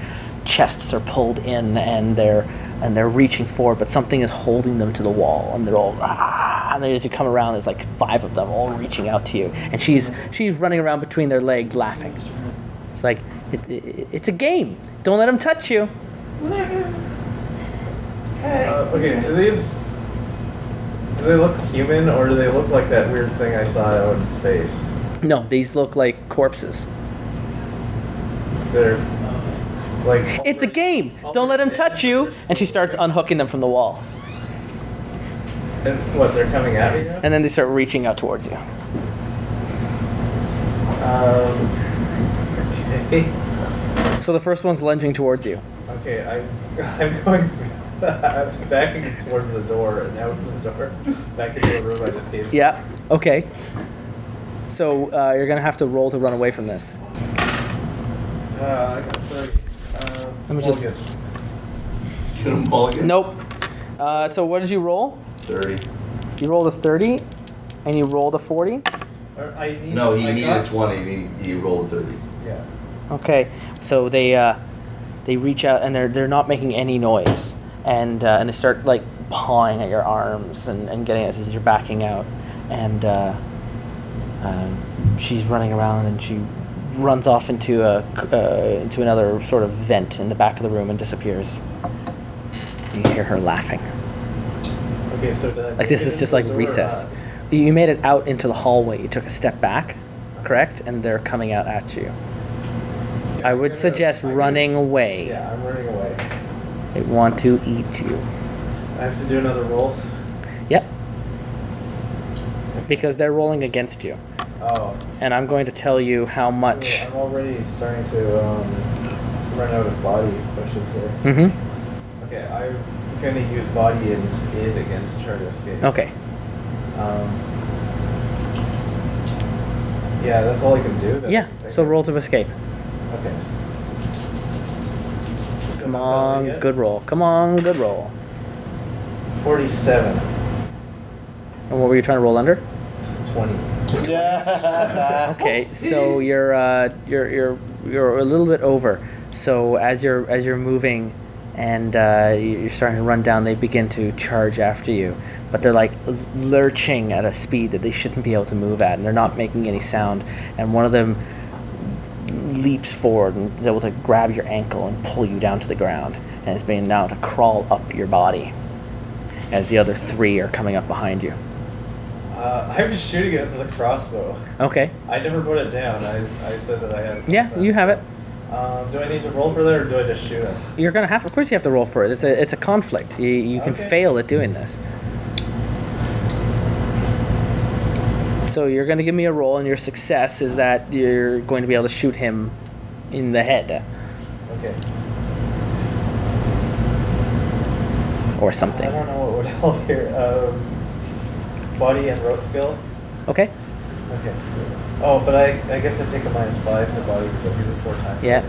[SPEAKER 3] chests are pulled in, and they're and they're reaching forward, but something is holding them to the wall, and they're all ah, and then as you come around, there's like five of them all reaching out to you, and she's she's running around between their legs laughing. It's like it, it, it's a game. Don't let them touch you.
[SPEAKER 4] Uh, okay, do these. Do they look human or do they look like that weird thing I saw out in space?
[SPEAKER 3] No, these look like corpses.
[SPEAKER 4] They're. Like.
[SPEAKER 3] It's a game. Don't let them touch you. And she starts unhooking them from the wall,
[SPEAKER 4] And what, they're coming at me now?
[SPEAKER 3] and then they start reaching out towards you.
[SPEAKER 4] Um, okay.
[SPEAKER 3] So the first one's lunging towards you.
[SPEAKER 4] Okay, I'm, I'm going I'm backing towards the door and out the door. Back into the room I just came
[SPEAKER 3] Yeah. Okay. So uh, you're gonna have to roll to run away from this.
[SPEAKER 4] Uh, I got 30. Um,
[SPEAKER 3] Let me just.
[SPEAKER 4] Mulligan.
[SPEAKER 7] Get him mulligan.
[SPEAKER 3] Nope. Uh, so what did you roll?
[SPEAKER 7] Thirty.
[SPEAKER 3] You rolled a 30, and you rolled a 40.
[SPEAKER 4] Or I need,
[SPEAKER 7] No, he
[SPEAKER 4] I
[SPEAKER 7] needed
[SPEAKER 4] got-
[SPEAKER 7] twenty. And he, he rolled thirty.
[SPEAKER 4] Yeah.
[SPEAKER 3] Okay, so they uh, they reach out and they're they're not making any noise, and uh, and they start like pawing at your arms and, and getting at you as you're backing out, and uh, uh, she's running around and she runs off into a uh, into another sort of vent in the back of the room and disappears. You hear her laughing.
[SPEAKER 4] Okay, so did I
[SPEAKER 3] Like this
[SPEAKER 4] make
[SPEAKER 3] is
[SPEAKER 4] it
[SPEAKER 3] just
[SPEAKER 4] into
[SPEAKER 3] like
[SPEAKER 4] the door or
[SPEAKER 3] recess.
[SPEAKER 4] not?
[SPEAKER 3] You you made it out into the hallway. You took a step back, correct? And they're coming out at you. I would
[SPEAKER 4] gonna-
[SPEAKER 3] suggest
[SPEAKER 4] I'm gonna-
[SPEAKER 3] running away.
[SPEAKER 4] Yeah, I'm running away.
[SPEAKER 3] They want to eat you.
[SPEAKER 4] I have to do another roll.
[SPEAKER 3] Yep. Because they're rolling against you,
[SPEAKER 4] Oh,
[SPEAKER 3] and I'm going to tell you how much.
[SPEAKER 4] I'm already starting to um, run out of body pushes here.
[SPEAKER 3] Mm-hmm.
[SPEAKER 4] Okay, I'm gonna use body and id again to try to escape.
[SPEAKER 3] Okay.
[SPEAKER 4] Um, yeah, that's all I can do. Then.
[SPEAKER 3] Yeah. So roll to escape.
[SPEAKER 4] Okay.
[SPEAKER 3] Come on, good roll. Come on, good roll.
[SPEAKER 4] Forty-seven.
[SPEAKER 3] And what were you trying to roll under?
[SPEAKER 4] Twenty.
[SPEAKER 3] Okay, so you're uh, you're you're you're a little bit over. So as you're as you're moving, and uh, you're starting to run down, they begin to charge after you. But they're like lurching at a speed that they shouldn't be able to move at, and they're not making any sound. And one of them leaps forward and is able to grab your ankle and pull you down to the ground, and is beginning now to crawl up your body, as the other three are coming up behind you.
[SPEAKER 4] Uh, I was shooting it with a crossbow.
[SPEAKER 3] Okay.
[SPEAKER 4] I never put it down. I, I said that I had.
[SPEAKER 3] Yeah, you have it.
[SPEAKER 4] Um, do I need to roll for that, or do I just shoot him?
[SPEAKER 3] You're gonna have, of course, you have to roll for it. It's a, it's a conflict. You, you can
[SPEAKER 4] Okay.
[SPEAKER 3] fail at doing this. So you're gonna give me a roll, and your success is that you're going to be able to shoot him in the head
[SPEAKER 4] Okay.
[SPEAKER 3] or
[SPEAKER 4] I don't
[SPEAKER 3] something.
[SPEAKER 4] know what would help here. Um, body and rope skill.
[SPEAKER 3] Okay.
[SPEAKER 4] Okay. Oh, but I, I guess I take a minus five to body because I use it four times.
[SPEAKER 3] Yeah.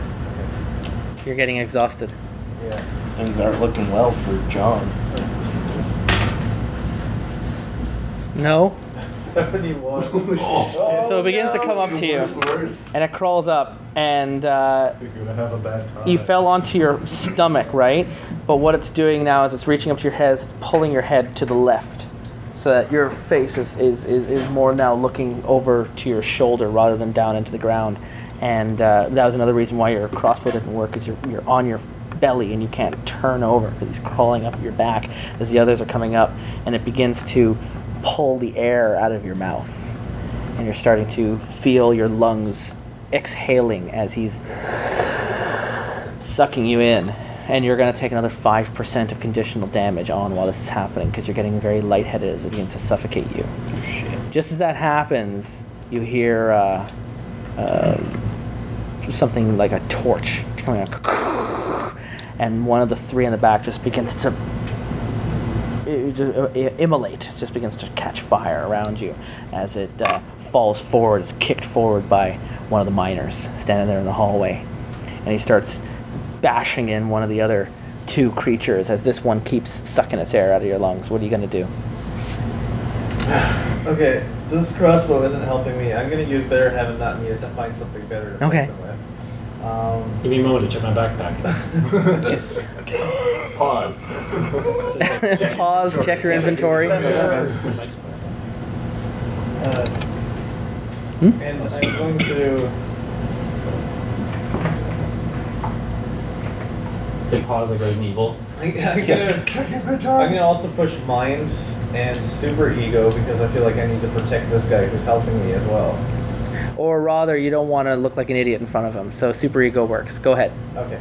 [SPEAKER 4] Okay.
[SPEAKER 3] You're getting exhausted.
[SPEAKER 4] Yeah.
[SPEAKER 8] Things aren't looking well for John.
[SPEAKER 3] No.
[SPEAKER 4] Seventy-one.
[SPEAKER 3] so
[SPEAKER 9] Oh,
[SPEAKER 3] it begins to come up to you,
[SPEAKER 7] Worse.
[SPEAKER 3] and it crawls up, and uh,
[SPEAKER 9] You're gonna have a bad time.
[SPEAKER 3] you fell onto your stomach, right? But what it's doing now is it's reaching up to your head, it's pulling your head to the left. So that your face is, is, is, is more now looking over to your shoulder rather than down into the ground. And uh, that was another reason why your crossbow didn't work, is you're, you're on your belly and you can't turn over because he's crawling up your back as the others are coming up. And it begins to pull the air out of your mouth. And you're starting to feel your lungs exhaling as he's sucking you in, and you're going to take another 5% of conditional damage on while this is happening because you're getting very lightheaded as it begins to suffocate you. Just as that happens, you hear uh, uh, something like a torch coming out, and one of the three in the back just begins to it just, uh, i- immolate just begins to catch fire around you as it uh, falls forward is kicked forward by one of the miners standing there in the hallway and he starts bashing in one of the other two creatures as this one keeps sucking its air out of your lungs what are you going to do
[SPEAKER 4] Okay, this crossbow isn't helping me. I'm gonna use better heaven, not need it, to find something better to fight
[SPEAKER 3] Okay.
[SPEAKER 4] them with. Um,
[SPEAKER 6] Give me a moment to check my backpack.
[SPEAKER 9] Pause.
[SPEAKER 3] pause check your inventory
[SPEAKER 4] uh,
[SPEAKER 3] Hmm?
[SPEAKER 4] And I'm going to.
[SPEAKER 6] They pause like Resident Evil.
[SPEAKER 4] I, I'm gonna. I'm gonna also push mind and super ego because I feel like I need to protect this guy who's helping me as well.
[SPEAKER 3] or rather you don't want to look like an idiot in front of him so super ego works go ahead
[SPEAKER 4] Okay.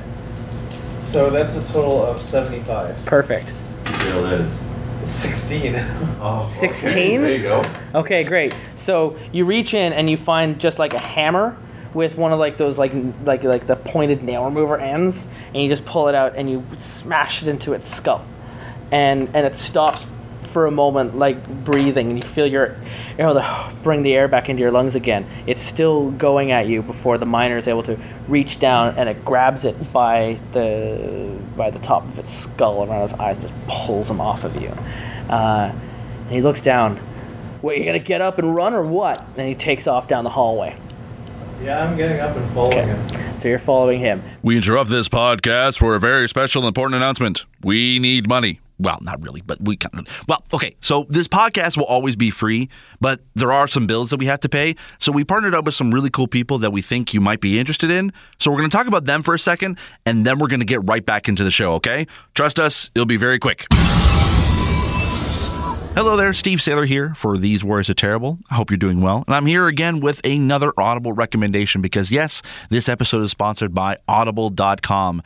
[SPEAKER 4] So that's a total of 75.
[SPEAKER 3] perfect
[SPEAKER 7] Real is.
[SPEAKER 4] 16.
[SPEAKER 7] Oh, okay,
[SPEAKER 3] 16?
[SPEAKER 7] There you go.
[SPEAKER 3] Okay, great. So you reach in and you find just like a hammer with one of like those like n- like like the pointed nail remover ends, and you just pull it out and you smash it into its skull, and and it stops for a moment like breathing and you feel your you're able to bring the air back into your lungs again it's still going at you before the miner is able to reach down and it grabs it by the by the top of its skull around his eyes and just pulls him off of you uh, and he looks down wait you're gonna get up and run or what and he takes off down the hallway
[SPEAKER 4] Yeah, I'm getting up and following
[SPEAKER 3] Okay.
[SPEAKER 4] him.
[SPEAKER 3] so you're following him
[SPEAKER 1] We interrupt this podcast for a very special and important announcement. We need money. Well, not really, but we kind of. Well, okay. So this podcast will always be free, but there are some bills that we have to pay. So we partnered up with some really cool people that we think you might be interested in. So we're going to talk about them for a second, and then we're going to get right back into the show, okay? Trust us, it'll be very quick. Hello there, Steve Saylor here for These Words Are Terrible. I hope you're doing well. And I'm here again with another Audible recommendation because, yes, this episode is sponsored by Audible.com.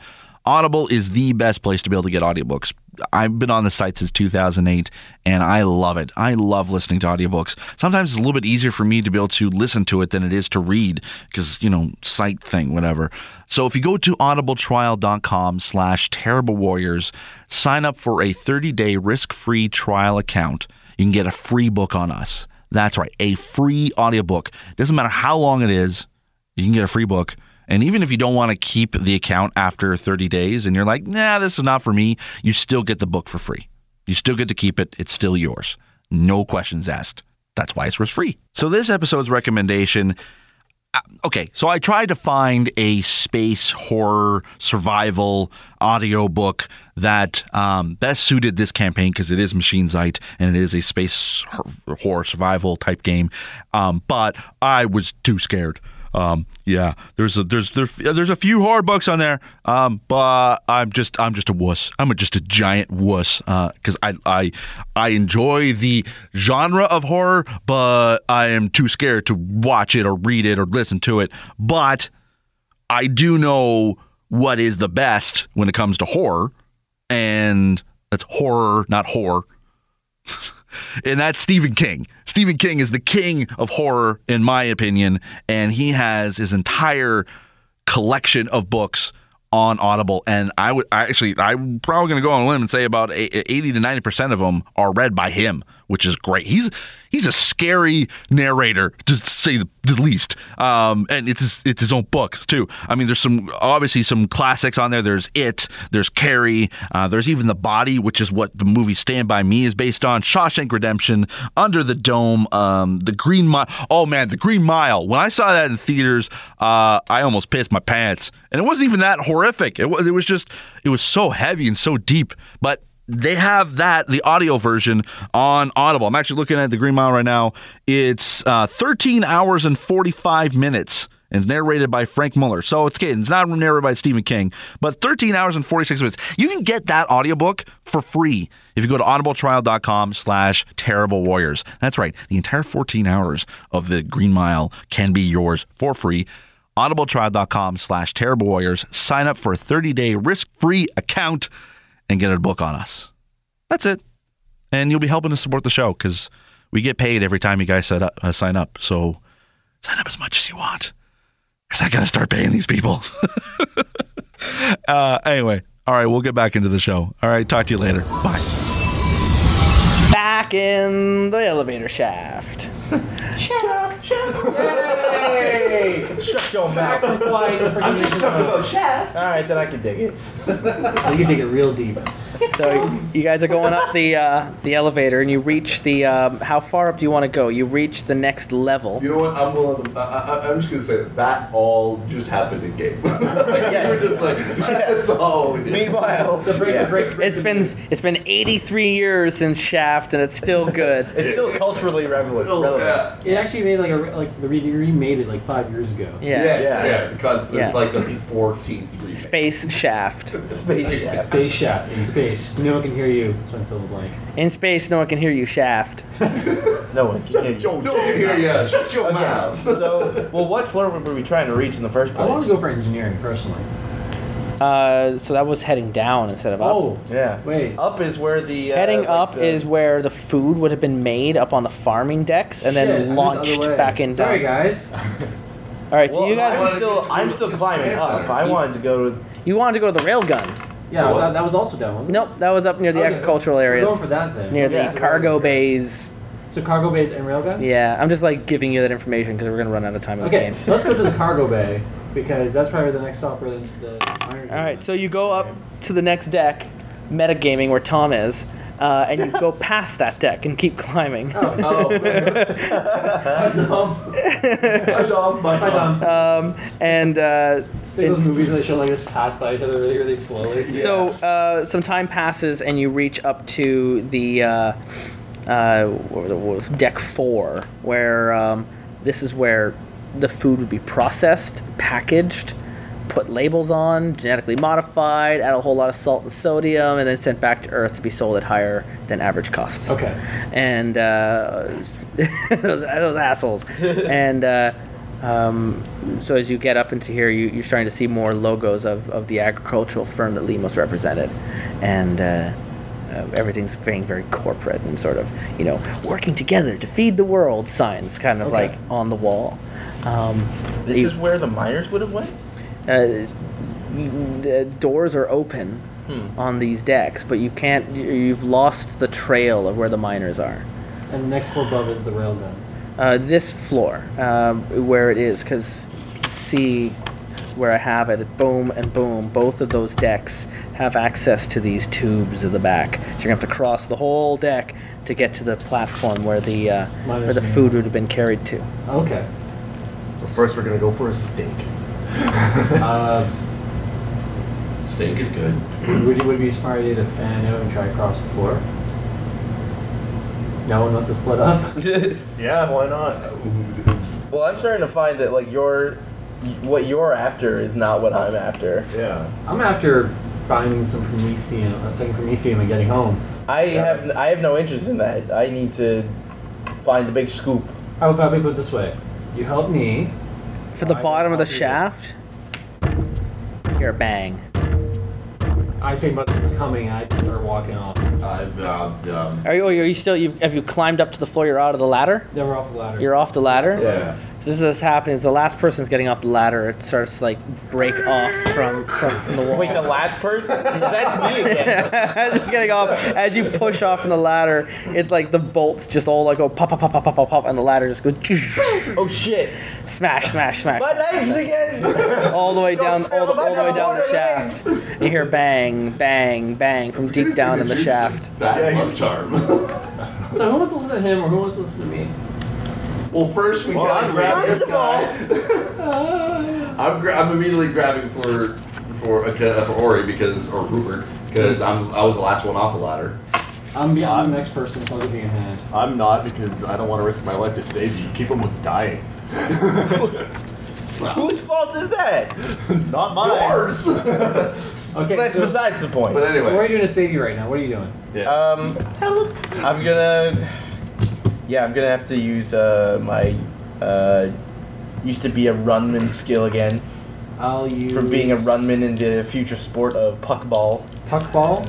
[SPEAKER 1] Audible is the best place to be able to get audiobooks. I've been on the site since 2008 and I love it. I love listening to audiobooks. Sometimes it's a little bit easier for me to be able to listen to it than it is to read because, you know, site thing, whatever. So if you go to audibletrial.com slash terrible warriors, sign up for a 30-day risk-free trial account. You can get a free book on us. That's right, a free audiobook. Doesn't matter how long it is, you can get a free book. And even if you don't want to keep the account after 30 days and you're like, nah, this is not for me, you still get the book for free. You still get to keep it. It's still yours. No questions asked. That's why it's risk free. So, this episode's recommendation okay, so I tried to find a space horror survival audiobook that um, best suited this campaign because it is Machine Zeit and it is a space hor- horror survival type game. Um, but I was too scared. Um, yeah, there's a there's there, there's a few horror books on there, um, but I'm just I'm just a wuss. I'm a, just a giant wuss because I I I enjoy the genre of horror, but I am too scared to watch it or read it or listen to it. But I do know what is the best when it comes to horror, and that's horror, not horror and that's Stephen King. Stephen King is the king of horror, in my opinion, and he has his entire collection of books on Audible. And I would I actually, I'm probably going to go on a limb and say about a- 80 to 90 percent of them are read by him, which is great. He's he's a scary narrator, just to say the the least. Um, and it's his, it's his own books too. I mean, there's some obviously some classics on there. There's It, there's Carrie, uh, there's even The Body, which is what the movie Stand by Me is based on. Shawshank Redemption, Under the Dome, um, The Green Mile. Oh man, The Green Mile. When I saw that in theaters, uh, I almost pissed my pants, and it wasn't even that horrific. It was it was just it was so heavy and so deep, but they have that the audio version on audible i'm actually looking at the green mile right now it's uh, 13 hours and 45 minutes and it's narrated by frank muller so it's kidding it's not narrated by stephen king but 13 hours and 46 minutes you can get that audiobook for free if you go to audibletrial.com slash terrible warriors that's right the entire 14 hours of the green mile can be yours for free audibletrial.com slash terrible warriors sign up for a 30-day risk-free account and get a book on us that's it and you'll be helping to support the show because we get paid every time you guys set up, uh, sign up so sign up as much as you want because i gotta start paying these people uh, anyway all right we'll get back into the show all right talk to you later bye
[SPEAKER 3] back in the elevator shaft
[SPEAKER 8] Hey! Shut your mouth.
[SPEAKER 6] I'm just
[SPEAKER 8] Alright, then I can dig it.
[SPEAKER 6] You can dig it real deep.
[SPEAKER 3] So you guys are going up the uh, the elevator, and you reach the. Um, how far up do you want to go? You reach the next level.
[SPEAKER 7] You know what? I'm willing to. I, I, I'm just gonna say that, that all just happened in game. like,
[SPEAKER 8] Yes.
[SPEAKER 7] We're just like that's all. We did.
[SPEAKER 8] Meanwhile, the break,
[SPEAKER 7] Yeah.
[SPEAKER 8] the break, break.
[SPEAKER 3] It's been it's been 83 years since Shaft, and it's still good.
[SPEAKER 8] It's still culturally relevant.
[SPEAKER 7] Still,
[SPEAKER 8] relevant.
[SPEAKER 7] yeah.
[SPEAKER 6] It actually made like a re- like the re- they remade it like five years ago.
[SPEAKER 3] Yeah.
[SPEAKER 7] Yes,
[SPEAKER 8] Yeah.
[SPEAKER 7] yeah, because it's
[SPEAKER 3] Yeah.
[SPEAKER 7] like the 14th remake.
[SPEAKER 3] Space Shaft.
[SPEAKER 8] Space Jam.
[SPEAKER 6] Space shot in space. No one can hear you. That's my fill the blank.
[SPEAKER 3] In space, no one can hear you, Shaft.
[SPEAKER 8] No one can hear you.
[SPEAKER 7] No, no, here, yeah, shut your
[SPEAKER 8] Okay,
[SPEAKER 7] mouth.
[SPEAKER 8] so, well, what floor were we trying to reach in the first
[SPEAKER 6] I want
[SPEAKER 8] place?
[SPEAKER 6] to go for engineering personally.
[SPEAKER 3] Uh, so that was heading down instead of up.
[SPEAKER 6] Oh
[SPEAKER 8] Yeah.
[SPEAKER 6] wait.
[SPEAKER 8] Up is where the. Uh,
[SPEAKER 3] Heading
[SPEAKER 8] like
[SPEAKER 3] up
[SPEAKER 8] the-
[SPEAKER 3] is where the food would have been made up on the farming decks and
[SPEAKER 6] Shit, I moved
[SPEAKER 3] then
[SPEAKER 6] the
[SPEAKER 3] launched
[SPEAKER 6] other way.
[SPEAKER 3] back in
[SPEAKER 6] Sorry
[SPEAKER 3] down.
[SPEAKER 6] guys.
[SPEAKER 3] All right, so
[SPEAKER 8] Well,
[SPEAKER 3] you guys,
[SPEAKER 8] I'm still, I'm still climbing up. I wanted to go.
[SPEAKER 3] you wanted to go to the rail gun.
[SPEAKER 6] Yeah,
[SPEAKER 7] What?
[SPEAKER 6] that, that was also down, wasn't it?
[SPEAKER 3] Nope, that was up near the
[SPEAKER 6] Okay,
[SPEAKER 3] agricultural
[SPEAKER 6] we're
[SPEAKER 3] areas,
[SPEAKER 6] Going for that then.
[SPEAKER 3] near the
[SPEAKER 6] Yeah.
[SPEAKER 3] cargo bays.
[SPEAKER 6] So cargo bays and railgun.
[SPEAKER 3] Yeah, I'm just like giving you that information because we're gonna run out of time in
[SPEAKER 6] Okay,
[SPEAKER 3] the game.
[SPEAKER 6] let's go to the cargo bay because that's probably the next stop for the. the iron
[SPEAKER 3] All right, so you go up to the next deck, metagaming where Tom is, uh, and you go past that deck and keep climbing.
[SPEAKER 6] Oh.
[SPEAKER 7] Hi, Tom. Hi, Tom. Bye, Tom.
[SPEAKER 3] Um, and uh,
[SPEAKER 6] it's like those movies where they show like just pass by each other really, really slowly.
[SPEAKER 3] So uh, some time passes, and you reach up to the uh, uh, what was it, what was- deck four, where um, this is where the food would be processed, packaged, put labels on, genetically modified, add a whole lot of salt and sodium, and then sent back to Earth to be sold at higher than average costs.
[SPEAKER 6] Okay.
[SPEAKER 3] And uh, those, those assholes. and uh, um, so as you get up into here, you, you're starting to see more logos of, of the agricultural firm that Limos represented. And uh, uh, everything's being very corporate and sort of, you know, working together to feed the world signs kind of
[SPEAKER 6] Okay.
[SPEAKER 3] like on the wall. Um,
[SPEAKER 4] This is where the miners would have went.
[SPEAKER 3] uh, you- the doors are open
[SPEAKER 6] Hmm.
[SPEAKER 3] on these decks, but you can't. you- You've lost the trail of where the miners are.
[SPEAKER 6] And the next floor above is the railgun.
[SPEAKER 3] Uh, this floor, um, where it is, because see where I have it. Boom and boom. Both of those decks have access to these tubes at the back. So you're gonna have to cross the whole deck to get to the platform where the uh, where
[SPEAKER 6] Miners
[SPEAKER 3] the
[SPEAKER 6] meeting.
[SPEAKER 3] food would have been carried to.
[SPEAKER 6] Okay.
[SPEAKER 8] So first, we're gonna go for a steak.
[SPEAKER 6] Uh,
[SPEAKER 7] Steak is good.
[SPEAKER 6] would, would it be a smart idea to fan out and try across the floor? No one wants to split up.
[SPEAKER 4] yeah, why not?
[SPEAKER 9] Well, I'm starting to find that like your what you're after is not what I'm after.
[SPEAKER 4] Yeah.
[SPEAKER 6] I'm after finding some promethium, a second promethium, and getting home.
[SPEAKER 9] I have
[SPEAKER 4] Yes.
[SPEAKER 9] I have no interest in that. I need to find the big scoop.
[SPEAKER 6] How about we put it this way? You help me.
[SPEAKER 3] For the
[SPEAKER 6] I
[SPEAKER 3] bottom of the
[SPEAKER 6] copy it.
[SPEAKER 3] shaft, you're a bang.
[SPEAKER 6] I say mother's coming. I just start walking off.
[SPEAKER 7] I've, uh, um,
[SPEAKER 3] Are you? Are you still? You have you climbed up to the floor? You're out of the ladder.
[SPEAKER 6] Then we're off the ladder.
[SPEAKER 3] You're off the ladder.
[SPEAKER 7] yeah.
[SPEAKER 3] So this is what's happening. Is the last person's getting up the ladder, it starts to like break off from from, from the wall.
[SPEAKER 9] Wait, the last person? 'Cause That's me again.
[SPEAKER 3] as you're getting off, as you push off from the ladder, it's like the bolts just all like go pop pop pop pop pop pop pop, and the ladder just goes
[SPEAKER 9] Oh shit!
[SPEAKER 3] smash smash smash
[SPEAKER 9] My legs again.
[SPEAKER 3] all the way down all the,
[SPEAKER 9] fail,
[SPEAKER 3] all the way
[SPEAKER 9] my
[SPEAKER 3] down the
[SPEAKER 9] water
[SPEAKER 3] shaft. You hear bang bang bang from deep down in the shaft.
[SPEAKER 7] Bad luck charm.
[SPEAKER 6] So who wants to listen to him or who wants to listen to me?
[SPEAKER 7] well, first we gotta grab
[SPEAKER 9] first
[SPEAKER 7] this
[SPEAKER 9] of all-
[SPEAKER 7] guy. I'm, gra- I'm immediately grabbing for for uh, for Ori because or Rupert because I'm I was the last one off the ladder.
[SPEAKER 6] I'm the, I'm the next person, so I'll give you a hand.
[SPEAKER 8] I'm not because I don't want to risk my life to save you. You keep almost dying.
[SPEAKER 9] Whose fault is that?
[SPEAKER 8] Not mine.
[SPEAKER 7] Yours. but
[SPEAKER 6] Okay,
[SPEAKER 9] That's
[SPEAKER 6] so
[SPEAKER 9] besides the point.
[SPEAKER 6] what are
[SPEAKER 7] anyway,
[SPEAKER 6] you doing to save you right now? What are you doing?
[SPEAKER 9] Um, I'm gonna. Yeah, I'm gonna have to use uh my uh used to be a runman skill again
[SPEAKER 6] I'll use
[SPEAKER 9] from being a runman in the future sport of puckball.
[SPEAKER 6] puck ball.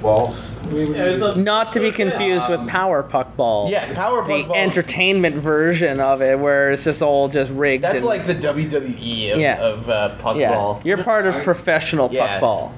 [SPEAKER 7] well,
[SPEAKER 6] We- we-
[SPEAKER 3] Not to be confused with power puck ball.
[SPEAKER 9] Yes, power
[SPEAKER 3] The
[SPEAKER 9] puckball.
[SPEAKER 3] entertainment version of it, where it's just all just rigged.
[SPEAKER 9] That's
[SPEAKER 3] and,
[SPEAKER 9] like the WWE of,
[SPEAKER 3] Yeah.
[SPEAKER 9] of uh,
[SPEAKER 3] Yeah,
[SPEAKER 9] puckball.
[SPEAKER 3] you're part of
[SPEAKER 7] I-
[SPEAKER 3] professional
[SPEAKER 9] Yeah.
[SPEAKER 3] puckball.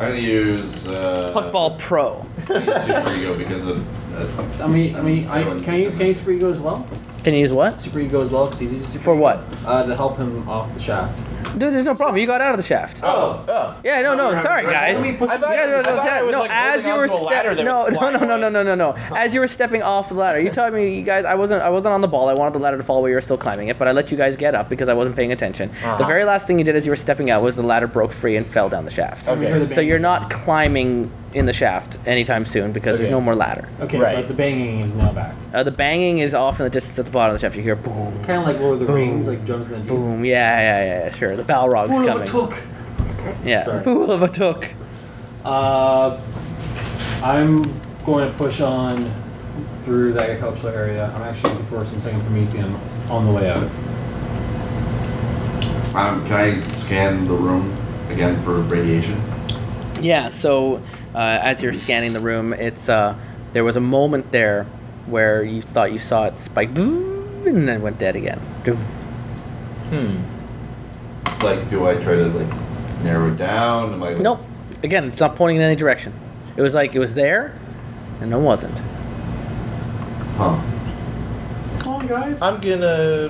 [SPEAKER 7] I'm gonna use uh,
[SPEAKER 3] Puckball pro.
[SPEAKER 7] I'm gonna use Super Ego because of. uh,
[SPEAKER 6] I mean, I mean, I, can I use can I use super ego as well?
[SPEAKER 3] Can you use what?
[SPEAKER 6] Super ego as well because he's using super
[SPEAKER 3] For
[SPEAKER 6] ego.
[SPEAKER 3] what?
[SPEAKER 6] Uh, to help him off the shaft.
[SPEAKER 3] Dude, there's no problem. You got out of the shaft.
[SPEAKER 7] Oh,
[SPEAKER 9] Oh.
[SPEAKER 3] Yeah, no, no, sorry guys.
[SPEAKER 6] Let me push-
[SPEAKER 9] I thought-
[SPEAKER 3] Yeah, no,
[SPEAKER 9] I
[SPEAKER 3] no,
[SPEAKER 9] thought it was,
[SPEAKER 3] no,
[SPEAKER 9] like,
[SPEAKER 3] as you
[SPEAKER 9] holding
[SPEAKER 3] were
[SPEAKER 9] onto a ladder
[SPEAKER 3] step-
[SPEAKER 9] that
[SPEAKER 3] no,
[SPEAKER 9] was
[SPEAKER 3] no,
[SPEAKER 9] flying
[SPEAKER 3] no, no,
[SPEAKER 9] away.
[SPEAKER 3] no, no, no, no. As you were stepping off the ladder, you told me, you guys, I wasn't, I wasn't on the ball. I wanted the ladder to fall while you were still climbing it, but I let you guys get up because I wasn't paying attention.
[SPEAKER 9] Uh-huh.
[SPEAKER 3] The very last thing you did as you were stepping out was the ladder broke free and fell down the shaft.
[SPEAKER 6] Let me hear the
[SPEAKER 3] So
[SPEAKER 6] banging.
[SPEAKER 3] you're not climbing in the shaft anytime soon because there's
[SPEAKER 9] Okay.
[SPEAKER 3] no more ladder.
[SPEAKER 6] Okay,
[SPEAKER 9] Right.
[SPEAKER 6] but the banging is now back.
[SPEAKER 3] Uh, the banging is off in the distance at the bottom of the shaft. You hear boom,
[SPEAKER 6] Kind of like Lord of the Rings, like drums in the deep.
[SPEAKER 3] boom. Yeah, yeah, yeah, yeah, sure. The Balrog's
[SPEAKER 6] Fool of
[SPEAKER 3] coming.
[SPEAKER 6] a took.
[SPEAKER 3] Yeah.
[SPEAKER 6] Sorry.
[SPEAKER 3] Fool of a took.
[SPEAKER 6] Uh, I'm going to push on through the agricultural area. I'm actually looking for some second promethium on the way out.
[SPEAKER 7] um, can I scan the room again for radiation?
[SPEAKER 3] Yeah. So uh, as you're scanning the room, it's uh, there was a moment there where you thought you saw it spike, boom, and then it went dead again. Boom.
[SPEAKER 7] Like, do I try to like narrow it down? Am I?
[SPEAKER 3] Nope. again, it's not pointing in any direction. It was like it was there, and it wasn't.
[SPEAKER 7] Huh.
[SPEAKER 6] Come on, guys.
[SPEAKER 9] I'm gonna.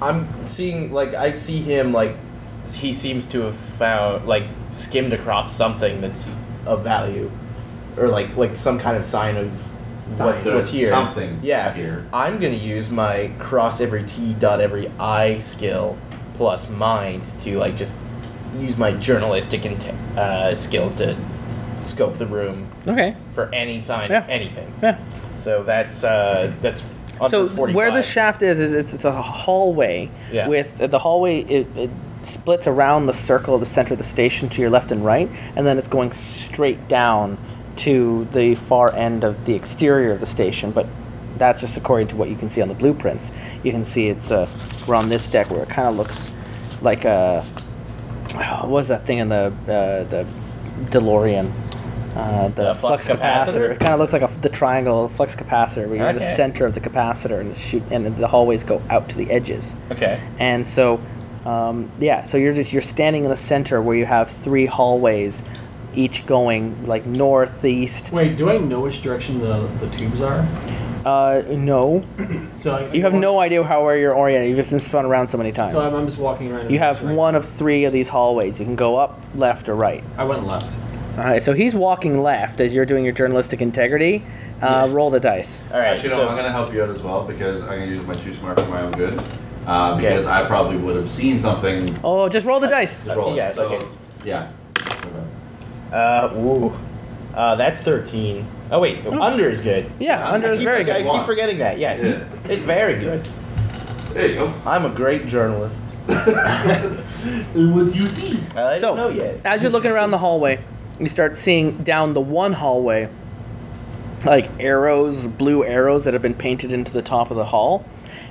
[SPEAKER 9] I'm seeing like I see him like he seems to have found like skimmed across something that's of value, or like like some kind of sign of what's,
[SPEAKER 7] There's
[SPEAKER 9] what's here.
[SPEAKER 7] something
[SPEAKER 9] Yeah.
[SPEAKER 7] here.
[SPEAKER 9] I'm gonna use my cross every T dot every I skill plus mind to like just use my journalistic and uh, skills to scope the room
[SPEAKER 3] Okay.
[SPEAKER 9] for any sign
[SPEAKER 3] Yeah.
[SPEAKER 9] of anything.
[SPEAKER 3] Yeah.
[SPEAKER 9] So that's uh that's
[SPEAKER 3] so
[SPEAKER 9] under
[SPEAKER 3] where
[SPEAKER 9] 45.
[SPEAKER 3] the shaft is is it's, it's a hallway
[SPEAKER 9] Yeah.
[SPEAKER 3] with uh, the hallway it, it splits around the circle of the center of the station to your left and right and then it's going straight down to the far end of the exterior of the station but that's just according to what you can see on the blueprints you can see it's uh, we're on this deck where it kind of looks like a what was that thing in the uh, the DeLorean uh, the,
[SPEAKER 9] The
[SPEAKER 3] flux,
[SPEAKER 9] flux
[SPEAKER 3] capacitor.
[SPEAKER 9] capacitor?
[SPEAKER 3] It kind of looks like a, the triangle flux capacitor, where you're in the
[SPEAKER 9] Okay.
[SPEAKER 3] center of the capacitor, and the shoot, and the hallways go out to the edges.
[SPEAKER 9] Okay.
[SPEAKER 3] And so, um, yeah, so you're just you're standing in the center where you have three hallways, each going like northeast.
[SPEAKER 6] Wait, do I know which direction the, the tubes are?
[SPEAKER 3] Uh, no,
[SPEAKER 6] So I,
[SPEAKER 3] you have no idea how where you're oriented. You've just been spun around so many times.
[SPEAKER 6] So I'm, I'm just walking around.
[SPEAKER 3] you have
[SPEAKER 6] right.
[SPEAKER 3] one of three of these hallways. You can go up, left, or right.
[SPEAKER 6] I went left.
[SPEAKER 3] All right, so he's walking left as you're doing your journalistic integrity. Uh, Roll the dice.
[SPEAKER 9] All right.
[SPEAKER 7] Actually, no,
[SPEAKER 9] so,
[SPEAKER 7] I'm going to help you out as well because I'm going to use my too smart for my own good. Uh, because I probably would have seen something.
[SPEAKER 3] Oh, just roll the dice.
[SPEAKER 7] Just roll it.
[SPEAKER 9] Uh, yeah,
[SPEAKER 7] So,
[SPEAKER 9] okay.
[SPEAKER 7] Yeah.
[SPEAKER 9] Uh, ooh. Uh, that's 13. Oh, wait. Under is good.
[SPEAKER 3] Yeah,
[SPEAKER 7] Yeah,
[SPEAKER 3] under
[SPEAKER 9] I
[SPEAKER 3] is
[SPEAKER 9] keep
[SPEAKER 3] very
[SPEAKER 9] forge-
[SPEAKER 3] good.
[SPEAKER 9] I keep forgetting that, yes.
[SPEAKER 7] Yeah.
[SPEAKER 9] It's very good.
[SPEAKER 7] There you go.
[SPEAKER 9] I'm a great journalist.
[SPEAKER 7] With you see.
[SPEAKER 9] I
[SPEAKER 3] So,
[SPEAKER 9] don't know yet.
[SPEAKER 3] as you're looking around the hallway, you start seeing down the one hallway, like arrows, blue arrows that have been painted into the top of the hall,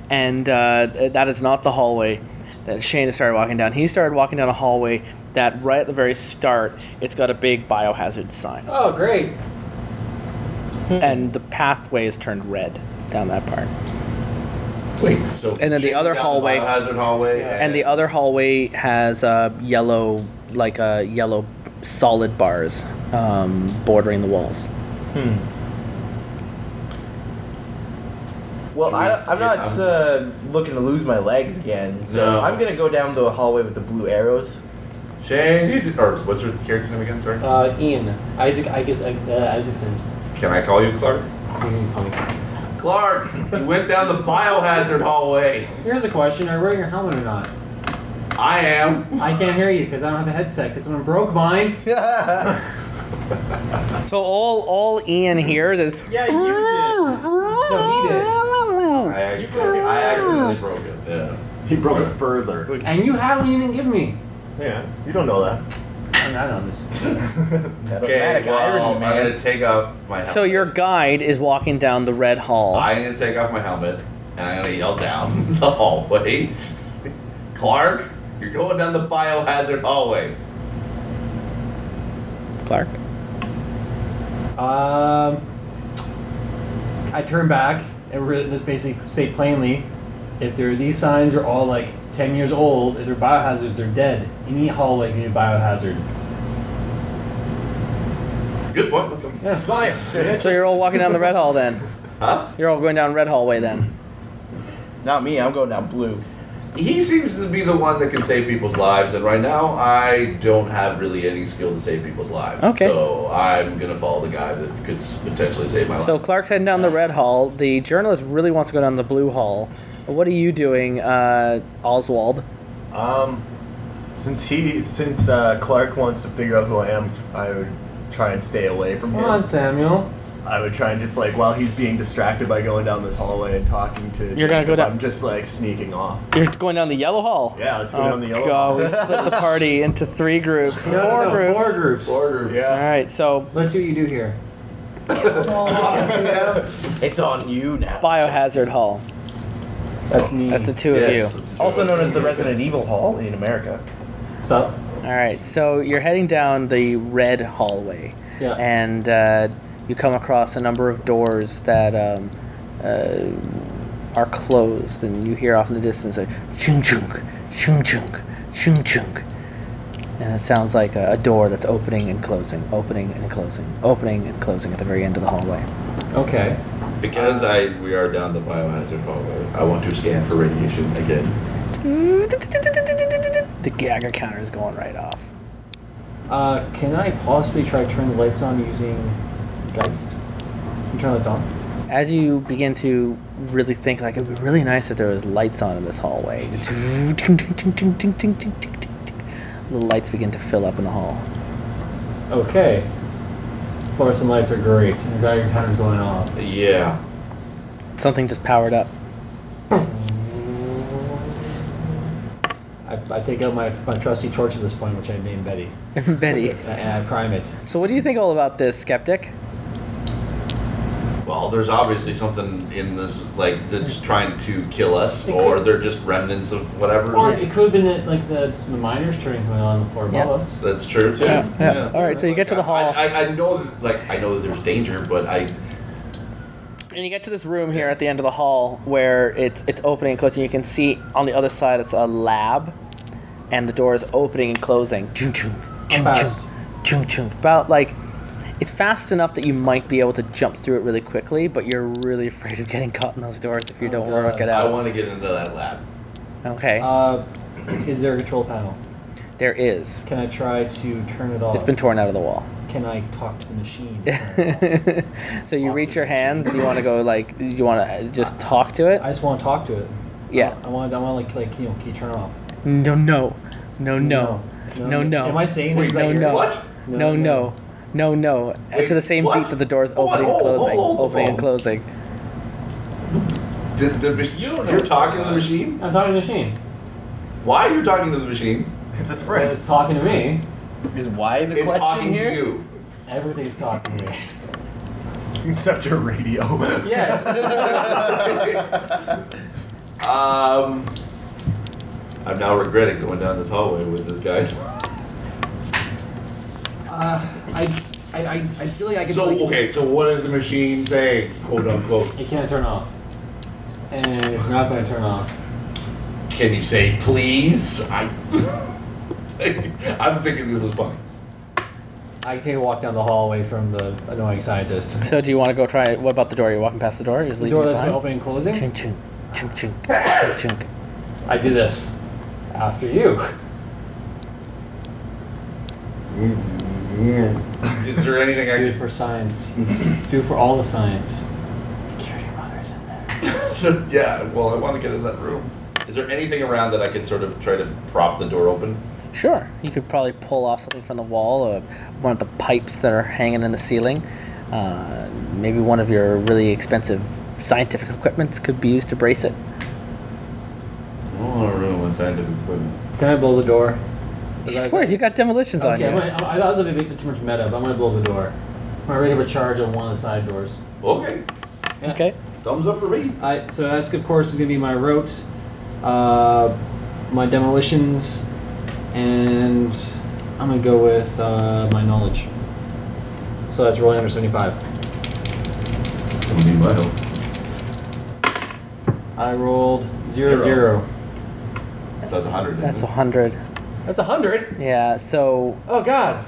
[SPEAKER 3] and uh, th- that is not the hallway that Shane has started walking down. He started walking down a hallway that, right at the very start, it's got a big biohazard sign,
[SPEAKER 6] Oh, great.
[SPEAKER 3] and the pathway is turned red down that part.
[SPEAKER 7] Wait. So
[SPEAKER 3] And then the other hallway-
[SPEAKER 7] Hazard hallway.
[SPEAKER 3] And the other hallway has uh, yellow, like uh, yellow solid bars um, bordering the walls.
[SPEAKER 9] Well, I,
[SPEAKER 7] Should we-
[SPEAKER 9] I'm not
[SPEAKER 7] I'm-
[SPEAKER 9] uh, looking to lose my legs again, so
[SPEAKER 7] No.
[SPEAKER 9] I'm gonna go down the hallway with the blue arrows.
[SPEAKER 7] Shane, you did, or what's your character's name again? Sorry.
[SPEAKER 6] Uh, Ian. Isaac. I guess. Uh, Isaacson.
[SPEAKER 7] Can I call you Clark?
[SPEAKER 6] You can call me.
[SPEAKER 7] Clark, you went down the biohazard hallway.
[SPEAKER 6] Here's a question: Are you wearing your helmet or not?
[SPEAKER 7] I am.
[SPEAKER 6] I can't hear you because I don't have a headset because someone broke mine.
[SPEAKER 3] So all all Ian hears is
[SPEAKER 6] Yeah, you did. No, he did.
[SPEAKER 7] I actually, I accidentally broke it. Yeah.
[SPEAKER 8] He broke it further.
[SPEAKER 6] And you had one you didn't give me.
[SPEAKER 8] Yeah.
[SPEAKER 9] You don't know that.
[SPEAKER 6] I mean, I know this.
[SPEAKER 7] Okay,
[SPEAKER 9] Automatic
[SPEAKER 7] well,
[SPEAKER 9] irony,
[SPEAKER 7] I'm
[SPEAKER 9] man.
[SPEAKER 7] gonna take off my helmet.
[SPEAKER 3] So your guide is walking down the red hall.
[SPEAKER 7] I'm gonna take off my helmet and I'm gonna yell down the hallway. Clark, you're going down the biohazard hallway.
[SPEAKER 3] Clark.
[SPEAKER 6] Um, I turn back and re- just basically state plainly, if there these signs are all like ten years old, if they're biohazards, they're dead. Any hallway can be a biohazard.
[SPEAKER 7] Good point. Let's go.
[SPEAKER 6] Yeah.
[SPEAKER 8] Science, bitch.
[SPEAKER 3] So you're all walking down the red hall then.
[SPEAKER 7] Huh?
[SPEAKER 3] You're all going down red hallway then.
[SPEAKER 9] Not me, I'm going down blue.
[SPEAKER 7] He seems to be the one that can save people's lives, and right now I don't have really any skill to save people's lives.
[SPEAKER 3] Okay.
[SPEAKER 7] So I'm gonna follow the guy that could s- potentially save my
[SPEAKER 3] So
[SPEAKER 7] life.
[SPEAKER 3] Clark's heading down the red hall. The journalist really wants to go down the blue hall. What are you doing, uh, Oswald?
[SPEAKER 8] Um, since he, since uh, Clark wants to figure out who I am, I would try and stay away from
[SPEAKER 6] Come
[SPEAKER 8] him.
[SPEAKER 6] on, Samuel.
[SPEAKER 8] I would try and just like while he's being distracted by going down this hallway and talking to.
[SPEAKER 3] You're gonna go
[SPEAKER 8] Jacob,
[SPEAKER 3] down-
[SPEAKER 8] I'm just like sneaking off.
[SPEAKER 3] You're going down the yellow hall.
[SPEAKER 8] Yeah, let's go
[SPEAKER 3] oh
[SPEAKER 8] down the yellow.
[SPEAKER 3] God,
[SPEAKER 8] hall.
[SPEAKER 3] we split the party into three groups.
[SPEAKER 6] No, no,
[SPEAKER 3] four
[SPEAKER 6] no,
[SPEAKER 3] groups.
[SPEAKER 6] Four groups.
[SPEAKER 7] Order.
[SPEAKER 3] All
[SPEAKER 8] Yeah.
[SPEAKER 3] right, so
[SPEAKER 6] Let's see what you do here.
[SPEAKER 9] It's on you now.
[SPEAKER 3] biohazard hall.
[SPEAKER 6] That's me.
[SPEAKER 3] That's the two
[SPEAKER 7] Yes,
[SPEAKER 3] of you.
[SPEAKER 7] let's do
[SPEAKER 9] Also
[SPEAKER 7] it.
[SPEAKER 9] known as the Resident Evil Hall in America.
[SPEAKER 6] Sup?
[SPEAKER 3] All right, so you're heading down the red hallway,
[SPEAKER 6] Yeah.
[SPEAKER 3] and uh, you come across a number of doors that um, uh, are closed, and you hear off in the distance like chung chung, chung chung, chung chung, And it sounds like a, a door that's opening and closing, opening and closing, opening and closing at the very end of the hallway.
[SPEAKER 6] Okay.
[SPEAKER 7] Because I we are down the biohazard hallway, I want to scan for radiation again.
[SPEAKER 3] The Geiger counter is going right off.
[SPEAKER 6] Uh, can I possibly try to turn the lights on using Geist? Can you turn the lights on?
[SPEAKER 3] As you begin to really think, like it would be really nice if there was lights on in this hallway. The lights begin to fill up in the hall.
[SPEAKER 6] Okay. Fluorescent lights are great. And the Geiger counter's going off.
[SPEAKER 7] Yeah.
[SPEAKER 3] Something just powered up.
[SPEAKER 6] I, I take out my, my trusty torch at this point, which I named Betty,
[SPEAKER 3] Betty.
[SPEAKER 6] and I prime it.
[SPEAKER 3] So what do you think all about this, skeptic?
[SPEAKER 7] Well, there's obviously something in this, like that's trying to kill us, or they're just remnants of whatever.
[SPEAKER 6] Or it could have been that, like the, the miners turning something on the floor above
[SPEAKER 3] Yeah.
[SPEAKER 6] us.
[SPEAKER 7] That's true too.
[SPEAKER 3] Yeah, yeah. All right, so you get to the hall.
[SPEAKER 7] I, I, I know, that, like I know that there's danger, but I
[SPEAKER 3] And you get to this room here at the end of the hall where it's it's opening and closing. You can see on the other side it's a lab, and the door is opening and closing. Chung chung chung
[SPEAKER 6] fast?
[SPEAKER 3] chung chung chung. About like it's fast enough that you might be able to jump through it really quickly, but you're really afraid of getting caught in those doors if you don't
[SPEAKER 6] God.
[SPEAKER 3] work it
[SPEAKER 7] I
[SPEAKER 3] out.
[SPEAKER 7] want to get into that lab.
[SPEAKER 3] Okay,
[SPEAKER 6] Uh, is there a control panel?
[SPEAKER 3] there is.
[SPEAKER 6] Can I try to turn it off?
[SPEAKER 3] It's been torn out of the wall.
[SPEAKER 6] Can I talk to the machine? to turn it off?
[SPEAKER 3] so you reach your hands. Do you want to go like? Do you want to just talk to it?
[SPEAKER 6] I uh, just want to talk to it.
[SPEAKER 3] Yeah.
[SPEAKER 6] I want. I want like like you know, can you turn it off?
[SPEAKER 3] No, no, no, no,
[SPEAKER 6] No.
[SPEAKER 3] no,
[SPEAKER 6] No.
[SPEAKER 3] no.
[SPEAKER 6] Am I saying
[SPEAKER 3] no,
[SPEAKER 6] this is like-
[SPEAKER 3] no,
[SPEAKER 7] What?
[SPEAKER 3] No,
[SPEAKER 6] No,
[SPEAKER 3] no, no, no.
[SPEAKER 7] Wait,
[SPEAKER 3] to the same
[SPEAKER 7] what?
[SPEAKER 3] beat that the door's
[SPEAKER 7] Hold on,
[SPEAKER 3] opening and
[SPEAKER 7] hold, hold,
[SPEAKER 3] closing,
[SPEAKER 7] hold the
[SPEAKER 3] opening and
[SPEAKER 7] phone.
[SPEAKER 3] closing.
[SPEAKER 7] The, the,
[SPEAKER 4] You
[SPEAKER 7] mach- you
[SPEAKER 4] don't know
[SPEAKER 7] are
[SPEAKER 4] what's
[SPEAKER 7] talking
[SPEAKER 4] going
[SPEAKER 7] to the
[SPEAKER 4] on.
[SPEAKER 7] machine.
[SPEAKER 6] I'm talking to the machine.
[SPEAKER 7] Why are you talking to the machine?
[SPEAKER 8] It's his
[SPEAKER 6] But
[SPEAKER 8] friend.
[SPEAKER 6] it's talking to me.
[SPEAKER 9] Is why the
[SPEAKER 7] It's
[SPEAKER 9] question
[SPEAKER 7] talking
[SPEAKER 9] here?
[SPEAKER 7] to you.
[SPEAKER 6] Everything's talking to me.
[SPEAKER 8] Except your radio.
[SPEAKER 6] Yes.
[SPEAKER 7] Um, I'm now regretting going down this hallway with this guy.
[SPEAKER 6] uh, I, I, I, I feel like I can.
[SPEAKER 7] So
[SPEAKER 6] like,
[SPEAKER 7] okay, so what does the machine say, quote unquote?
[SPEAKER 6] It can't turn off, and it's not going to turn off.
[SPEAKER 7] Can you say please? I, I'm thinking this is fun.
[SPEAKER 6] I take a walk down the hall away from the annoying scientist.
[SPEAKER 3] So do you want to go try? What about the door? You're walking past the door. You're just
[SPEAKER 6] The
[SPEAKER 3] leaving
[SPEAKER 6] door
[SPEAKER 3] it
[SPEAKER 6] that's been
[SPEAKER 3] behind?
[SPEAKER 6] opening and closing.
[SPEAKER 3] Chink chink chink chink chink chink.
[SPEAKER 6] I do this after you.
[SPEAKER 7] Is there anything I
[SPEAKER 6] Do it
[SPEAKER 7] can?
[SPEAKER 6] for science. do it for all the science. Security mother's in there.
[SPEAKER 7] yeah, well, I want to get in that room. Is there anything around that I can sort of try to prop the door open?
[SPEAKER 3] Sure, you could probably pull off something from the wall, or one of the pipes that are hanging in the ceiling. Uh, maybe one of your really expensive scientific equipments could be used to brace it.
[SPEAKER 7] I want a room with scientific equipment.
[SPEAKER 6] Can I blow the door?
[SPEAKER 3] Of course, you got demolitions on you.
[SPEAKER 6] Okay, I'm gonna, I I thought it was a bit too much meta, but I'm gonna blow the door. I'm gonna rig up a charge on one of the side doors.
[SPEAKER 7] Okay,
[SPEAKER 6] Yeah.
[SPEAKER 3] Okay.
[SPEAKER 7] thumbs up for me.
[SPEAKER 6] I, so that's of course is gonna be my rote, uh, my demolitions, and I'm gonna go with uh, my knowledge. So that's rolling under 75. I rolled zero
[SPEAKER 7] Zero.
[SPEAKER 6] zero.
[SPEAKER 7] So that's a hundred.
[SPEAKER 3] That's a hundred.
[SPEAKER 6] That's a hundred.
[SPEAKER 3] Yeah. So
[SPEAKER 6] Oh god.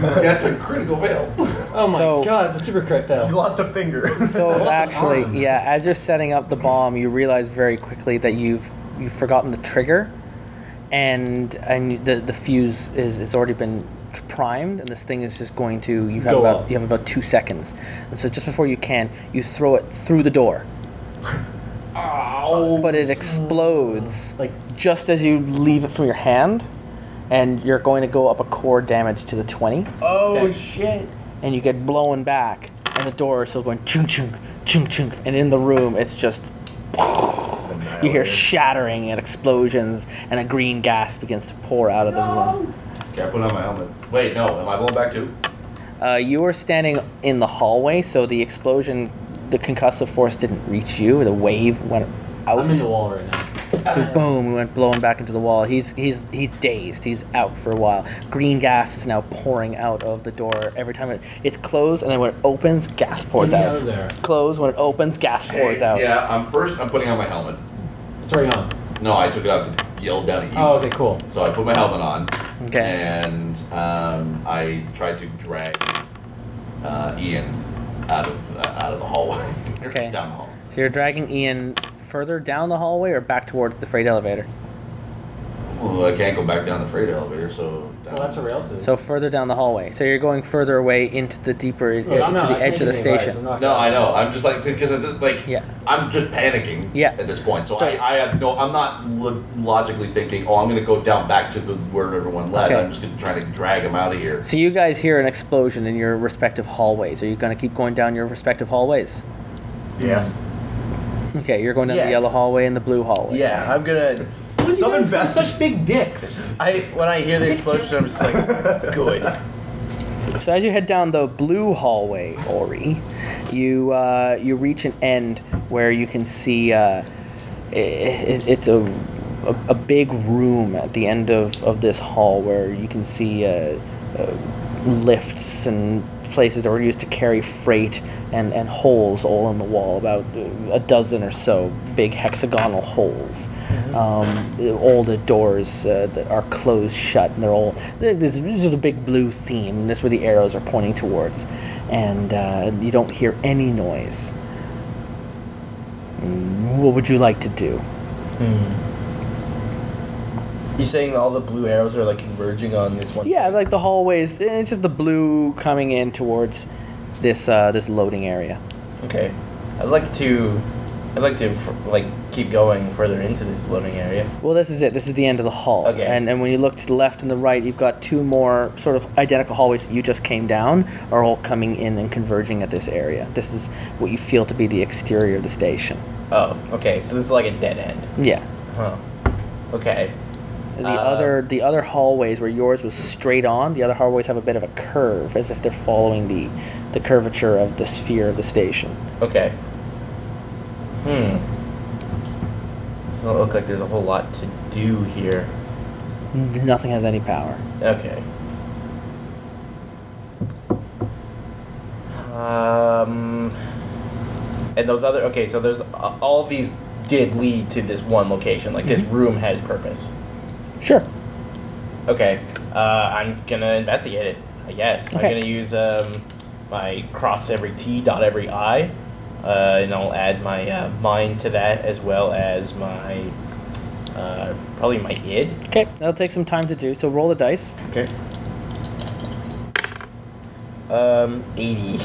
[SPEAKER 7] that's a critical fail.
[SPEAKER 6] Oh my
[SPEAKER 3] So-
[SPEAKER 6] god, it's a super crit
[SPEAKER 8] You
[SPEAKER 6] fail.
[SPEAKER 8] lost a finger.
[SPEAKER 3] so actually,
[SPEAKER 6] arm.
[SPEAKER 3] yeah. As you're setting up the bomb, you realize very quickly that you've you've forgotten the trigger, and and the the fuse is it's already been primed, and this thing is just going to you have
[SPEAKER 6] Go
[SPEAKER 3] about
[SPEAKER 6] off.
[SPEAKER 3] you have about two seconds, and so just before you can, you throw it through the door,
[SPEAKER 7] Ow.
[SPEAKER 3] but it explodes
[SPEAKER 6] Like
[SPEAKER 3] just as you leave it from your hand, and you're going to go up a core damage to the twenty.
[SPEAKER 9] Oh
[SPEAKER 6] Okay.
[SPEAKER 9] shit!
[SPEAKER 3] and you get blown back, and the door is still going chung chung chung chung, and in the room it's just you hear shattering and explosions, and a green gas begins to pour out of the room.
[SPEAKER 7] Okay, I put on my helmet. Wait, no, am I going back too?
[SPEAKER 3] Uh, you were standing in the hallway, so the explosion, the concussive force didn't reach you. The wave went out.
[SPEAKER 6] I'm in the wall right now.
[SPEAKER 3] So boom, we went blowing back into the wall. He's he's he's dazed. He's out for a while. Green gas is now pouring out of the door every time it it's closed, and then when it opens, gas pours
[SPEAKER 6] Get me
[SPEAKER 3] out.
[SPEAKER 6] out of there.
[SPEAKER 3] Close when it opens, gas pours out.
[SPEAKER 7] Yeah, I'm first. I'm putting on my helmet.
[SPEAKER 6] It's already on.
[SPEAKER 7] No, I took it out. The, yelled down at you.
[SPEAKER 6] Oh, okay, cool.
[SPEAKER 7] So I put my helmet on.
[SPEAKER 3] Okay.
[SPEAKER 7] And um, I tried to drag uh, Ian out of uh, out of the hallway. Or
[SPEAKER 3] Okay.
[SPEAKER 7] just down the hall.
[SPEAKER 3] So you're dragging Ian further down the hallway or back towards the freight elevator?
[SPEAKER 7] Well, I can't go back down the freight elevator, so.
[SPEAKER 6] Well, that's where else is.
[SPEAKER 3] So further down the hallway. So you're going further away into the deeper,
[SPEAKER 6] Look, I'm
[SPEAKER 3] uh,
[SPEAKER 6] not
[SPEAKER 3] to the edge of the
[SPEAKER 6] taking advice,
[SPEAKER 3] station.
[SPEAKER 6] I'm not
[SPEAKER 7] No,
[SPEAKER 6] gonna-
[SPEAKER 7] I know. I'm just like because at this, like
[SPEAKER 3] Yeah.
[SPEAKER 7] I'm just panicking
[SPEAKER 3] Yeah.
[SPEAKER 7] at this point. So,
[SPEAKER 3] So-
[SPEAKER 7] I, I have no. I'm not lo- logically thinking. Oh, I'm going to go down back to the where everyone led.
[SPEAKER 3] Okay.
[SPEAKER 7] I'm just going to try to drag him out of here.
[SPEAKER 3] So you guys hear an explosion in your respective hallways. Are you going to keep going down your respective hallways?
[SPEAKER 8] Yes.
[SPEAKER 3] Okay, you're going down the
[SPEAKER 9] Yes.
[SPEAKER 3] yellow hallway and the blue hallway.
[SPEAKER 9] Yeah, I'm gonna.
[SPEAKER 6] What are you
[SPEAKER 8] Some
[SPEAKER 6] guys being
[SPEAKER 8] investment.
[SPEAKER 6] such big dicks?
[SPEAKER 9] I when I hear the explosion, I'm just like, good.
[SPEAKER 3] So as you head down the blue hallway, Ori, you uh, you reach an end where you can see uh, i i it's a, a a big room at the end of, of this hall where you can see uh, uh, lifts and places that were used to carry freight and, and holes all in the wall about uh, a dozen or so big hexagonal holes um, all the doors uh, that are closed shut and they're all this, this is a big blue theme and that's where the arrows are pointing towards and uh, you don't hear any noise Mm, what would you like to do
[SPEAKER 9] You saying all the blue arrows are like converging on this one?
[SPEAKER 3] yeah like the hallways eh, it's just the blue coming in towards this uh, this loading area
[SPEAKER 9] Okay. I'd like to. I'd like to f- like keep going further into this loading area.
[SPEAKER 3] Well, this is it. This is the end of the hall.
[SPEAKER 9] Okay.
[SPEAKER 3] And and when you look to the left and the right, you've got two more sort of identical hallways that you just came down are all coming in and converging at this area. This is what you feel to be the exterior of the station.
[SPEAKER 9] Oh, okay. So this is like a dead end.
[SPEAKER 3] Yeah.
[SPEAKER 9] Huh. Okay.
[SPEAKER 3] The
[SPEAKER 9] Uh,
[SPEAKER 3] other the other hallways where yours was straight on, the other hallways have a bit of a curve as if they're following the the curvature of the sphere of the station.
[SPEAKER 9] Okay. Hmm. Doesn't look like there's a whole lot to do here.
[SPEAKER 3] N- Nothing has any power.
[SPEAKER 9] Okay. Um. And those other okay, so there's uh, all these did lead to this one location. Like this room has purpose.
[SPEAKER 3] Sure.
[SPEAKER 9] Okay, uh, I'm gonna investigate it. I guess I'm
[SPEAKER 3] Okay.
[SPEAKER 9] gonna use um, my cross every T, dot every I, uh, and I'll add my uh, mind to that as well as my uh, probably my id.
[SPEAKER 3] Okay. That'll take some time to do. So roll the dice.
[SPEAKER 9] Okay. Um, eighty.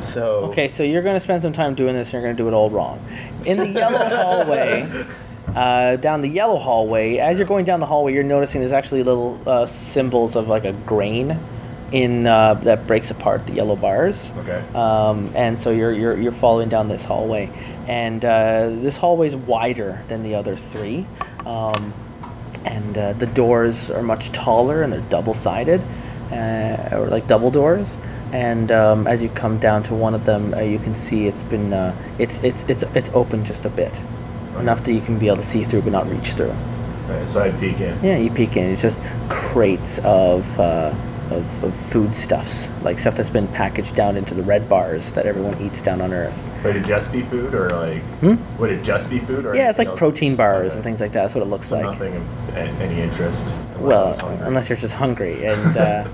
[SPEAKER 9] So
[SPEAKER 3] Okay, so you're going to spend some time doing this, and you're going to do it all wrong. In the yellow hallway, uh, down the yellow hallway, as you're going down the hallway, you're noticing there's actually little uh, symbols of like a grain in uh, that breaks apart the yellow bars.
[SPEAKER 8] Okay.
[SPEAKER 3] Um, and so you're, you're you're following down this hallway, and uh, this hallway is wider than the other three, um, and uh, the doors are much taller and they're double sided, uh, or like double doors. And um, as you come down to one of them, uh, you can see it's been uh, it's it's it's it's open just a bit, enough that you can be able to see through but not reach through.
[SPEAKER 8] Alright, so I peek in.
[SPEAKER 3] Yeah, you peek in. It's just crates of, uh, of, of foodstuffs, like stuff that's been packaged down into the red bars that everyone eats down on Earth.
[SPEAKER 8] Would it just be food, or like? Would it just be food, or?
[SPEAKER 3] Yeah, it's
[SPEAKER 8] anything
[SPEAKER 3] like
[SPEAKER 8] else?
[SPEAKER 3] protein bars and
[SPEAKER 8] Okay.
[SPEAKER 3] things like that. That's what it looks
[SPEAKER 8] So
[SPEAKER 3] like.
[SPEAKER 8] nothing of a- any interest. unless I
[SPEAKER 3] well,
[SPEAKER 8] was hungry.
[SPEAKER 3] unless you're just hungry, and uh,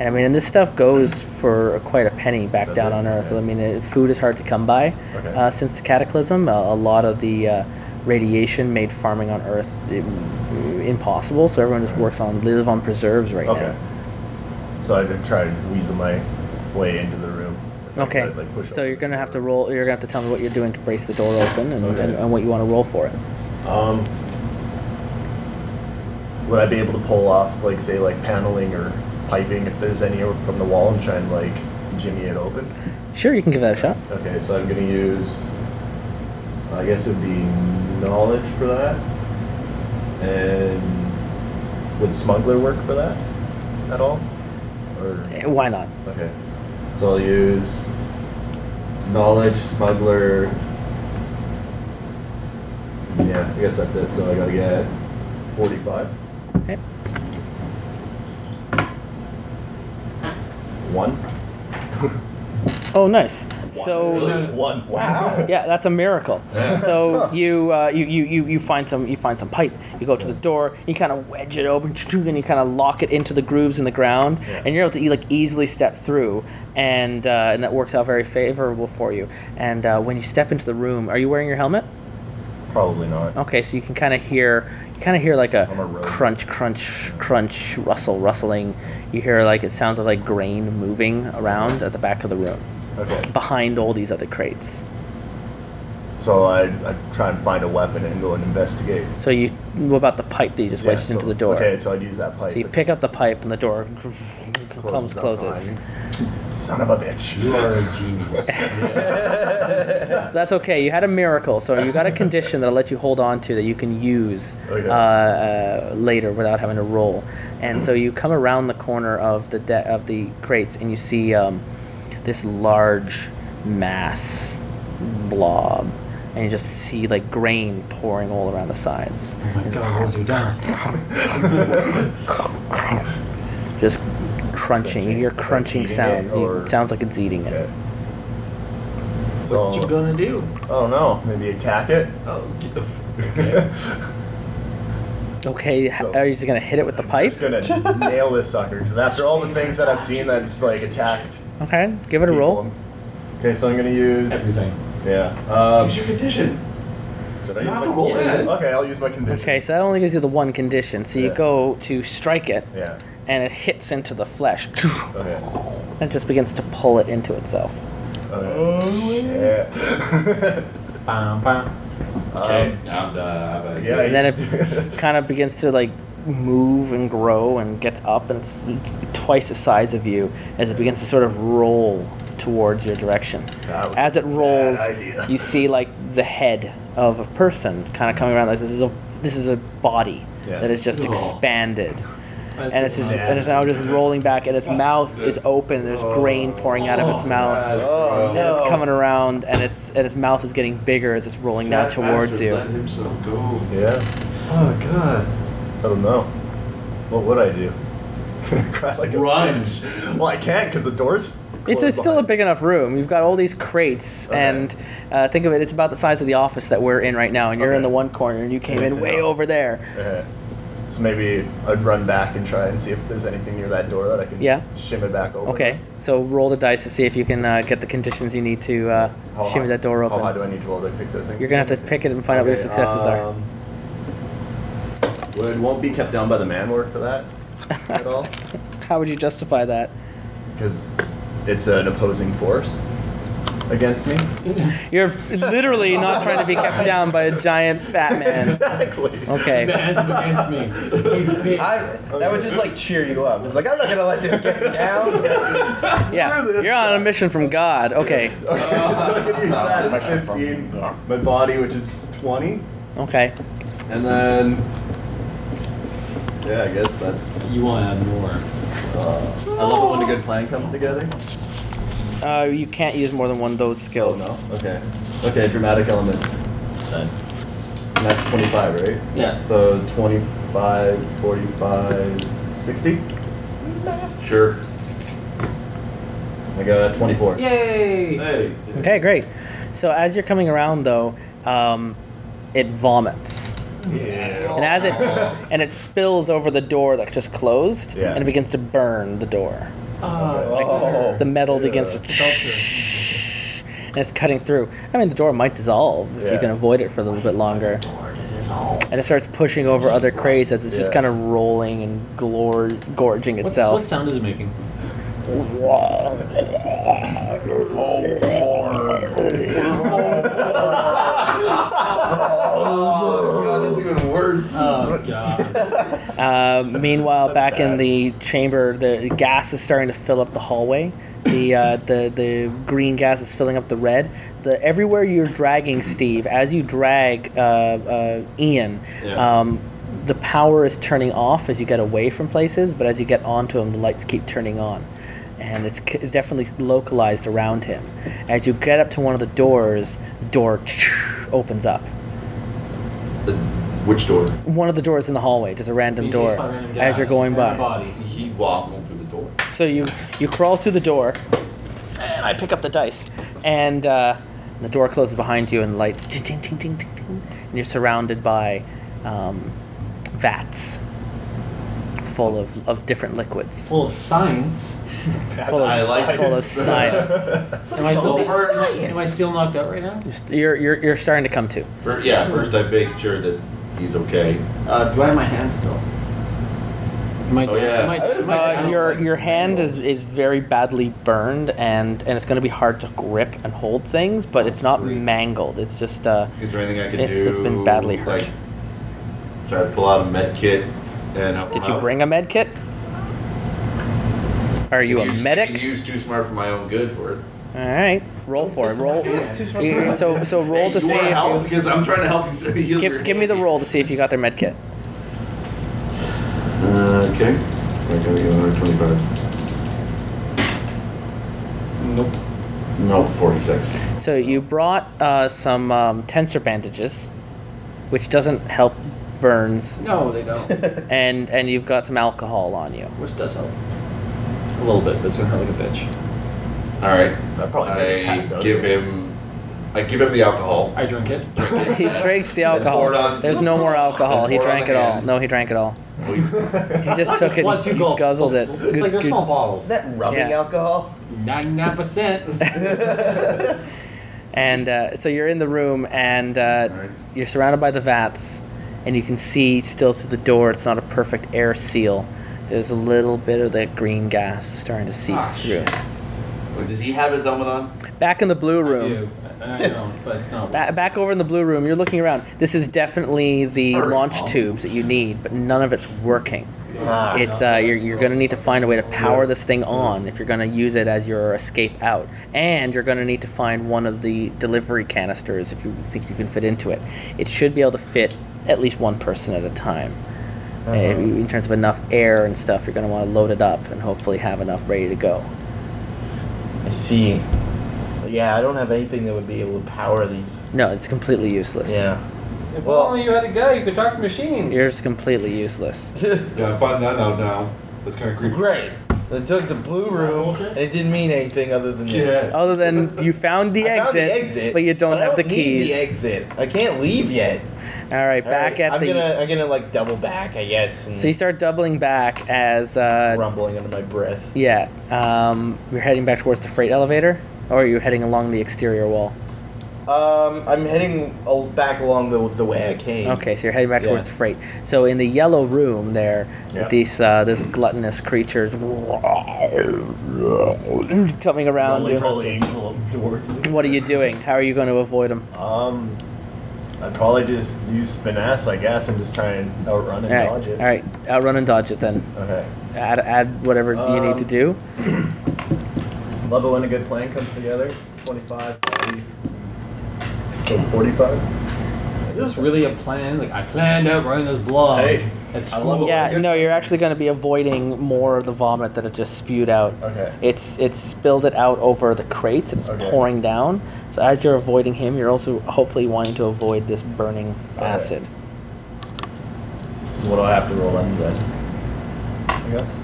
[SPEAKER 3] and I mean, and this stuff goes for quite a penny back
[SPEAKER 8] Does
[SPEAKER 3] down
[SPEAKER 8] it?
[SPEAKER 3] on Earth.
[SPEAKER 8] Okay.
[SPEAKER 3] I mean, it, food is hard to come by
[SPEAKER 8] Okay.
[SPEAKER 3] uh, since the cataclysm. A, a lot of the uh, radiation made farming on Earth im- impossible, so everyone just works on they live on preserves right
[SPEAKER 8] Okay.
[SPEAKER 3] now.
[SPEAKER 8] So I would try to weasel my way into the room. If I
[SPEAKER 3] Okay.
[SPEAKER 8] could, like, push
[SPEAKER 3] so
[SPEAKER 8] open
[SPEAKER 3] you're
[SPEAKER 8] the
[SPEAKER 3] gonna have to
[SPEAKER 8] door.
[SPEAKER 3] roll. You're gonna have to tell me what you're doing to brace the door open and,
[SPEAKER 8] Okay.
[SPEAKER 3] and, and what you want to roll for it.
[SPEAKER 8] Um, would I be able to pull off, like, say, like paneling or piping if there's any from the wall and try and like jimmy it open?
[SPEAKER 3] Sure, you can give that a shot.
[SPEAKER 8] Okay, so I'm gonna use. I guess it would be knowledge for that, and would smuggler work for that at all? Or
[SPEAKER 3] Eh, Why not?
[SPEAKER 8] okay, so I'll use knowledge smuggler. Yeah, I guess that's it. So I gotta get forty-five.
[SPEAKER 3] Okay.
[SPEAKER 8] One.
[SPEAKER 3] Oh, nice. So
[SPEAKER 8] one.
[SPEAKER 9] Wow.
[SPEAKER 3] yeah, that's a miracle.
[SPEAKER 7] Yeah.
[SPEAKER 3] So you, uh, you you you you find some you find some pipe. You go to the door. You kind of wedge it open, and you kind of lock it into the grooves in the ground, and you're able to e- like easily step through, and uh, and that works out very favorable for you. And uh, when you step into the room, are you wearing your helmet?
[SPEAKER 8] Probably not.
[SPEAKER 3] Okay, so you can kind of hear, you kind of hear like a,
[SPEAKER 8] I'm a rogue.
[SPEAKER 3] crunch, crunch, crunch, rustle, rustling. You hear like it sounds like grain moving around at the back of the room,
[SPEAKER 8] Okay.
[SPEAKER 3] behind all these other crates.
[SPEAKER 8] So I, I try and find a weapon and go and investigate.
[SPEAKER 3] So you, what about the pipe that you just
[SPEAKER 8] Yeah,
[SPEAKER 3] wedged
[SPEAKER 8] so-
[SPEAKER 3] into the door?
[SPEAKER 8] Okay, so I'd use that pipe.
[SPEAKER 3] So you
[SPEAKER 8] It
[SPEAKER 3] pick up the pipe and the door comes
[SPEAKER 8] up
[SPEAKER 3] closes.
[SPEAKER 8] behind me. Son of a bitch.
[SPEAKER 5] You are a genius.
[SPEAKER 3] That's okay. You had a miracle, so you got a condition that'll let you hold on to that you can use
[SPEAKER 8] Okay.
[SPEAKER 3] uh, uh, later without having to roll. And so you come around the corner of the de- of the crates, and you see um, this large mass blob, and you just see like grain pouring all around the sides,
[SPEAKER 5] oh my god, those are down.
[SPEAKER 3] just crunching. You hear crunching
[SPEAKER 8] Eating it
[SPEAKER 3] sounds.
[SPEAKER 8] or-
[SPEAKER 3] It sounds like it's eating it.
[SPEAKER 8] Okay. So
[SPEAKER 6] What you gonna do?
[SPEAKER 8] I don't know. Maybe attack it.
[SPEAKER 6] Oh, get the f- okay.
[SPEAKER 3] Okay, h-
[SPEAKER 8] So-
[SPEAKER 3] are you just gonna hit it with the pipe?
[SPEAKER 8] Just gonna nail this sucker because after all the things that I've seen that have, like attacked.
[SPEAKER 3] Okay, give it a
[SPEAKER 8] people,
[SPEAKER 3] roll.
[SPEAKER 8] I'm- Okay, so I'm gonna use
[SPEAKER 6] everything.
[SPEAKER 8] Yeah. Um,
[SPEAKER 7] Use your condition.
[SPEAKER 8] should I
[SPEAKER 7] You
[SPEAKER 8] use
[SPEAKER 7] have
[SPEAKER 8] my
[SPEAKER 7] to roll
[SPEAKER 6] Yes.
[SPEAKER 7] it.
[SPEAKER 8] Okay, I'll use my condition.
[SPEAKER 3] Okay, so that only gives you the one condition. So you
[SPEAKER 8] Yeah.
[SPEAKER 3] go to strike it,
[SPEAKER 8] Yeah.
[SPEAKER 3] and it hits into the flesh,
[SPEAKER 8] Okay.
[SPEAKER 3] and it just begins to pull it into itself.
[SPEAKER 8] Okay. Yeah.
[SPEAKER 6] Bam, bam.
[SPEAKER 7] Okay. now the- I have a-
[SPEAKER 8] Um, yeah.
[SPEAKER 3] And then it kind of begins to like move and grow and gets up, and it's twice the size of you as it begins to sort of roll towards your direction.
[SPEAKER 8] That was
[SPEAKER 3] As it rolls,
[SPEAKER 8] idea.
[SPEAKER 3] you see like the head of a person kind of coming around. Like this is a this is a body
[SPEAKER 8] Yeah.
[SPEAKER 3] that is just
[SPEAKER 7] Oh.
[SPEAKER 3] expanded.
[SPEAKER 6] That's
[SPEAKER 3] and it's just,
[SPEAKER 6] nasty.
[SPEAKER 3] and it's now just rolling back, and its mouth is open. There's grain pouring out of its mouth,
[SPEAKER 9] Oh,
[SPEAKER 7] Oh,
[SPEAKER 3] and it's
[SPEAKER 9] no.
[SPEAKER 3] coming around, and its and its mouth is getting bigger as it's rolling now
[SPEAKER 7] That
[SPEAKER 3] towards
[SPEAKER 7] bastard
[SPEAKER 3] you.
[SPEAKER 7] Let himself go.
[SPEAKER 8] yeah.
[SPEAKER 4] Oh god.
[SPEAKER 8] I don't know. What would I do? Cry like a
[SPEAKER 7] Run.
[SPEAKER 8] bitch. Well, I can't because the door's.
[SPEAKER 3] It's a,
[SPEAKER 8] closed
[SPEAKER 3] still a
[SPEAKER 8] behind
[SPEAKER 3] big enough room. You've got all these crates,
[SPEAKER 8] Okay.
[SPEAKER 3] and uh, think of it, it's about the size of the office that we're in right now, and you're in
[SPEAKER 8] Okay.
[SPEAKER 3] the one corner, and you came
[SPEAKER 8] it's
[SPEAKER 3] in way
[SPEAKER 8] enough.
[SPEAKER 3] over there.
[SPEAKER 8] Uh, So maybe I'd run back and try and see if there's anything near that door that I can
[SPEAKER 3] Yeah.
[SPEAKER 8] shim it back open.
[SPEAKER 3] Okay, so roll the dice to see if you can uh, get the conditions you need to
[SPEAKER 8] How
[SPEAKER 3] uh, shimmy
[SPEAKER 8] high-
[SPEAKER 3] that door
[SPEAKER 8] Oh, How high do
[SPEAKER 3] open.
[SPEAKER 8] I need to roll to pick the things?
[SPEAKER 3] You're gonna have to pick it and find out what your successes are.
[SPEAKER 8] um, are. Well, it won't be kept down by the man work for that at all,
[SPEAKER 3] How would you justify that?
[SPEAKER 8] because it's an opposing force against me.
[SPEAKER 3] You're literally not trying to be kept down by a giant fat man.
[SPEAKER 8] exactly.
[SPEAKER 3] Okay.
[SPEAKER 6] Man's against me. He's big.
[SPEAKER 9] I, that would just like cheer you up. It's like I'm not gonna let this get me down.
[SPEAKER 3] Yeah.
[SPEAKER 8] Screw this
[SPEAKER 3] You're on
[SPEAKER 8] guy.
[SPEAKER 3] a mission from God. Okay.
[SPEAKER 8] Okay, so I can use that. It's 15. My body, which is 20.
[SPEAKER 3] Okay.
[SPEAKER 8] And then, yeah, I guess that's.
[SPEAKER 6] you want to add more?
[SPEAKER 8] I love it when a good plan comes together.
[SPEAKER 3] Uh, you can't use more than one of those
[SPEAKER 8] Oh
[SPEAKER 3] skills.
[SPEAKER 8] no. Okay. Okay. Dramatic element. Then. And that's 25, right?
[SPEAKER 6] Yeah.
[SPEAKER 8] So 25, 45, 60.
[SPEAKER 7] Sure.
[SPEAKER 8] I got 24.
[SPEAKER 6] Yay!
[SPEAKER 7] Hey.
[SPEAKER 3] Okay, great. So as you're coming around, though, um, it vomits, and as it and it spills over the door that just closed,
[SPEAKER 8] Yeah.
[SPEAKER 3] and it begins to burn the door.
[SPEAKER 8] Oh.
[SPEAKER 3] The metal begins
[SPEAKER 8] yeah.
[SPEAKER 3] to. And it's cutting through. I mean, the door might dissolve if you
[SPEAKER 8] Yeah.
[SPEAKER 3] can avoid it for a little bit longer.
[SPEAKER 5] Lord, it is all.
[SPEAKER 3] And it starts pushing over other crates as it's just
[SPEAKER 8] Yeah.
[SPEAKER 3] kind of rolling and glor- gorging
[SPEAKER 6] What's,
[SPEAKER 3] itself.
[SPEAKER 6] what sound is it making? Oh,
[SPEAKER 7] Oh, God, that's even worse.
[SPEAKER 6] Oh god.
[SPEAKER 3] Uh, meanwhile, back in
[SPEAKER 8] bad.
[SPEAKER 3] the chamber, the gas is starting to fill up the hallway. The, uh, the the green gas is filling up the red. The everywhere you're dragging Steve, as you drag uh, uh, Ian,
[SPEAKER 7] Yeah.
[SPEAKER 3] um, the power is turning off as you get away from places. But as you get onto him, the lights keep turning on, and it's c- it's definitely localized around him. As you get up to one of the doors, the door opens up.
[SPEAKER 7] The- Which door?
[SPEAKER 3] One of the doors in the hallway, just a random
[SPEAKER 6] Being
[SPEAKER 3] door,
[SPEAKER 6] chased by random
[SPEAKER 3] as
[SPEAKER 6] gas,
[SPEAKER 3] you're going by.
[SPEAKER 6] random Body.
[SPEAKER 7] He walked through the door.
[SPEAKER 3] So you you crawl through the door, and I pick up the dice, and uh, the door closes behind you, and lights ting ting ting ting ting, ting and you're surrounded by um, vats full of, of different liquids,
[SPEAKER 6] Full of science.
[SPEAKER 3] full
[SPEAKER 7] I
[SPEAKER 3] of,
[SPEAKER 7] like
[SPEAKER 3] full of
[SPEAKER 7] it.
[SPEAKER 3] science.
[SPEAKER 6] Am I still am I still knocked out right now?
[SPEAKER 3] You're, you're, you're starting to come to.
[SPEAKER 7] Fir- yeah, first I make sure that he's okay.
[SPEAKER 6] Uh, do I have my hand still? Am I,
[SPEAKER 7] Oh, yeah.
[SPEAKER 6] am I, am I-
[SPEAKER 3] Uh, your
[SPEAKER 9] like
[SPEAKER 3] your hand is, is very badly burned and, and it's going to be hard to grip and hold things, but it's not
[SPEAKER 7] great.
[SPEAKER 3] mangled. It's just uh,
[SPEAKER 7] Is there anything I can
[SPEAKER 3] It's-
[SPEAKER 7] do?
[SPEAKER 3] it's been badly hurt.
[SPEAKER 7] Like, try to pull out a med kit and help
[SPEAKER 3] Did
[SPEAKER 7] him
[SPEAKER 3] you
[SPEAKER 7] out?
[SPEAKER 3] bring a med kit? Are you a
[SPEAKER 7] Use- I
[SPEAKER 3] medic?
[SPEAKER 7] can use too smart for my own good for it.
[SPEAKER 3] All right, roll for it. Roll. Yeah, So so roll
[SPEAKER 7] Hey,
[SPEAKER 3] to
[SPEAKER 7] you
[SPEAKER 3] see
[SPEAKER 7] wanna help?
[SPEAKER 3] if
[SPEAKER 7] because I'm trying to help you. so you
[SPEAKER 3] you
[SPEAKER 7] heal your
[SPEAKER 3] give, give me the
[SPEAKER 7] hand.
[SPEAKER 3] roll to see if you got their med kit.
[SPEAKER 7] Uh, okay. So I gotta get another 25. Nope. Nope, 46.
[SPEAKER 3] So you brought uh, some um, tensor bandages, which doesn't help burns,
[SPEAKER 6] no, they don't.
[SPEAKER 3] and and you've got some alcohol on you.
[SPEAKER 6] Which does help. A little bit, but it's gonna hurt like a bitch.
[SPEAKER 7] Alright.
[SPEAKER 8] I probably made
[SPEAKER 7] I
[SPEAKER 8] pass out.
[SPEAKER 7] give him. I give him the alcohol.
[SPEAKER 6] I drink it.
[SPEAKER 3] He drinks the alcohol.
[SPEAKER 7] poured on-
[SPEAKER 3] There's no more alcohol. He
[SPEAKER 7] poured on
[SPEAKER 3] drank
[SPEAKER 7] the
[SPEAKER 3] it all.
[SPEAKER 7] hand.
[SPEAKER 3] No, he drank it all. He just took it.
[SPEAKER 6] One,
[SPEAKER 3] and
[SPEAKER 6] two
[SPEAKER 3] He
[SPEAKER 6] gulps.
[SPEAKER 3] guzzled it.
[SPEAKER 6] It's like they're small bottles.
[SPEAKER 9] that rubbing
[SPEAKER 3] Yeah.
[SPEAKER 9] alcohol?
[SPEAKER 6] 99%.
[SPEAKER 3] And uh, so you're in the room, and uh,
[SPEAKER 7] Alright.
[SPEAKER 3] you're surrounded by the vats, and you can see still through the door. It's not a perfect air seal. There's a little bit of that green gas starting to seep
[SPEAKER 7] Ah,
[SPEAKER 3] through.
[SPEAKER 7] Wait, Does he have his helmet on?
[SPEAKER 3] Back in the blue
[SPEAKER 6] I
[SPEAKER 3] room.
[SPEAKER 6] do. I- I know, but it's not.
[SPEAKER 3] Ba- back over in the blue room, you're looking around. This is definitely the
[SPEAKER 7] Very
[SPEAKER 3] launch
[SPEAKER 7] calm.
[SPEAKER 3] tubes that you need, but none of it's working.
[SPEAKER 9] Ah.
[SPEAKER 3] It's uh, you're, you're gonna need to find a way to power this thing on if you're gonna use it as your escape out, and you're gonna need to find one of the delivery canisters if you think you can fit into it. It should be able to fit at least one person at a time.
[SPEAKER 9] Uh-huh.
[SPEAKER 3] Uh, in terms of enough air and stuff, you're gonna want to load it up and hopefully have enough ready to go.
[SPEAKER 9] I see. Yeah, I don't have anything that would be able to power these.
[SPEAKER 3] No, it's completely useless.
[SPEAKER 9] Yeah.
[SPEAKER 6] If
[SPEAKER 9] Well-
[SPEAKER 6] only you had a guy who could talk to machines.
[SPEAKER 3] You're just completely useless.
[SPEAKER 7] Yeah, I find that out now. That's kind of creepy.
[SPEAKER 9] Great. They took the blue room, and it didn't mean anything other than this.
[SPEAKER 6] Yeah.
[SPEAKER 3] Other than you found the,
[SPEAKER 9] I
[SPEAKER 3] exit,
[SPEAKER 9] found the exit,
[SPEAKER 3] but you don't
[SPEAKER 9] I
[SPEAKER 3] have the
[SPEAKER 9] need
[SPEAKER 3] keys.
[SPEAKER 9] The exit. I can't leave yet.
[SPEAKER 3] All right, back at
[SPEAKER 9] Alright, I'm
[SPEAKER 3] the.
[SPEAKER 9] gonna I'm gonna like double back, I guess. And
[SPEAKER 3] So you start doubling back as uh,
[SPEAKER 9] rumbling under my breath.
[SPEAKER 3] Yeah. Um, you're heading back towards the freight elevator, or are you heading along the exterior wall?
[SPEAKER 9] Um, I'm heading al- back along the the way I came.
[SPEAKER 3] Okay, so you're heading back towards
[SPEAKER 9] Yeah.
[SPEAKER 3] the freight. So in the yellow room there,
[SPEAKER 8] Yeah.
[SPEAKER 3] these uh, this gluttonous creatures coming around
[SPEAKER 8] Rolling,
[SPEAKER 3] you.
[SPEAKER 8] rolling towards me.
[SPEAKER 3] What are you doing? How are you going to avoid them?
[SPEAKER 8] Um, I'd probably just use finesse, I guess, and just try and outrun and
[SPEAKER 3] All right,
[SPEAKER 8] dodge it.
[SPEAKER 3] all right. Outrun and dodge it then.
[SPEAKER 8] Okay.
[SPEAKER 3] Add add whatever you need
[SPEAKER 8] Um,
[SPEAKER 3] to do.
[SPEAKER 8] Love it when a good plan comes together. 25, 40. So 45?
[SPEAKER 6] Is this really a plan? Like, I planned out running this blog
[SPEAKER 8] Hey,
[SPEAKER 6] at
[SPEAKER 8] I love
[SPEAKER 6] school.
[SPEAKER 8] it.
[SPEAKER 3] Yeah, no, you're actually going to be avoiding more of the vomit that it just spewed out.
[SPEAKER 8] Okay.
[SPEAKER 3] It's it's spilled it out over the crates and it's
[SPEAKER 8] Okay.
[SPEAKER 3] pouring down. So as you're avoiding him, you're also hopefully wanting to avoid this burning
[SPEAKER 8] Alright.
[SPEAKER 3] acid.
[SPEAKER 8] So what do I have to roll on then? I guess.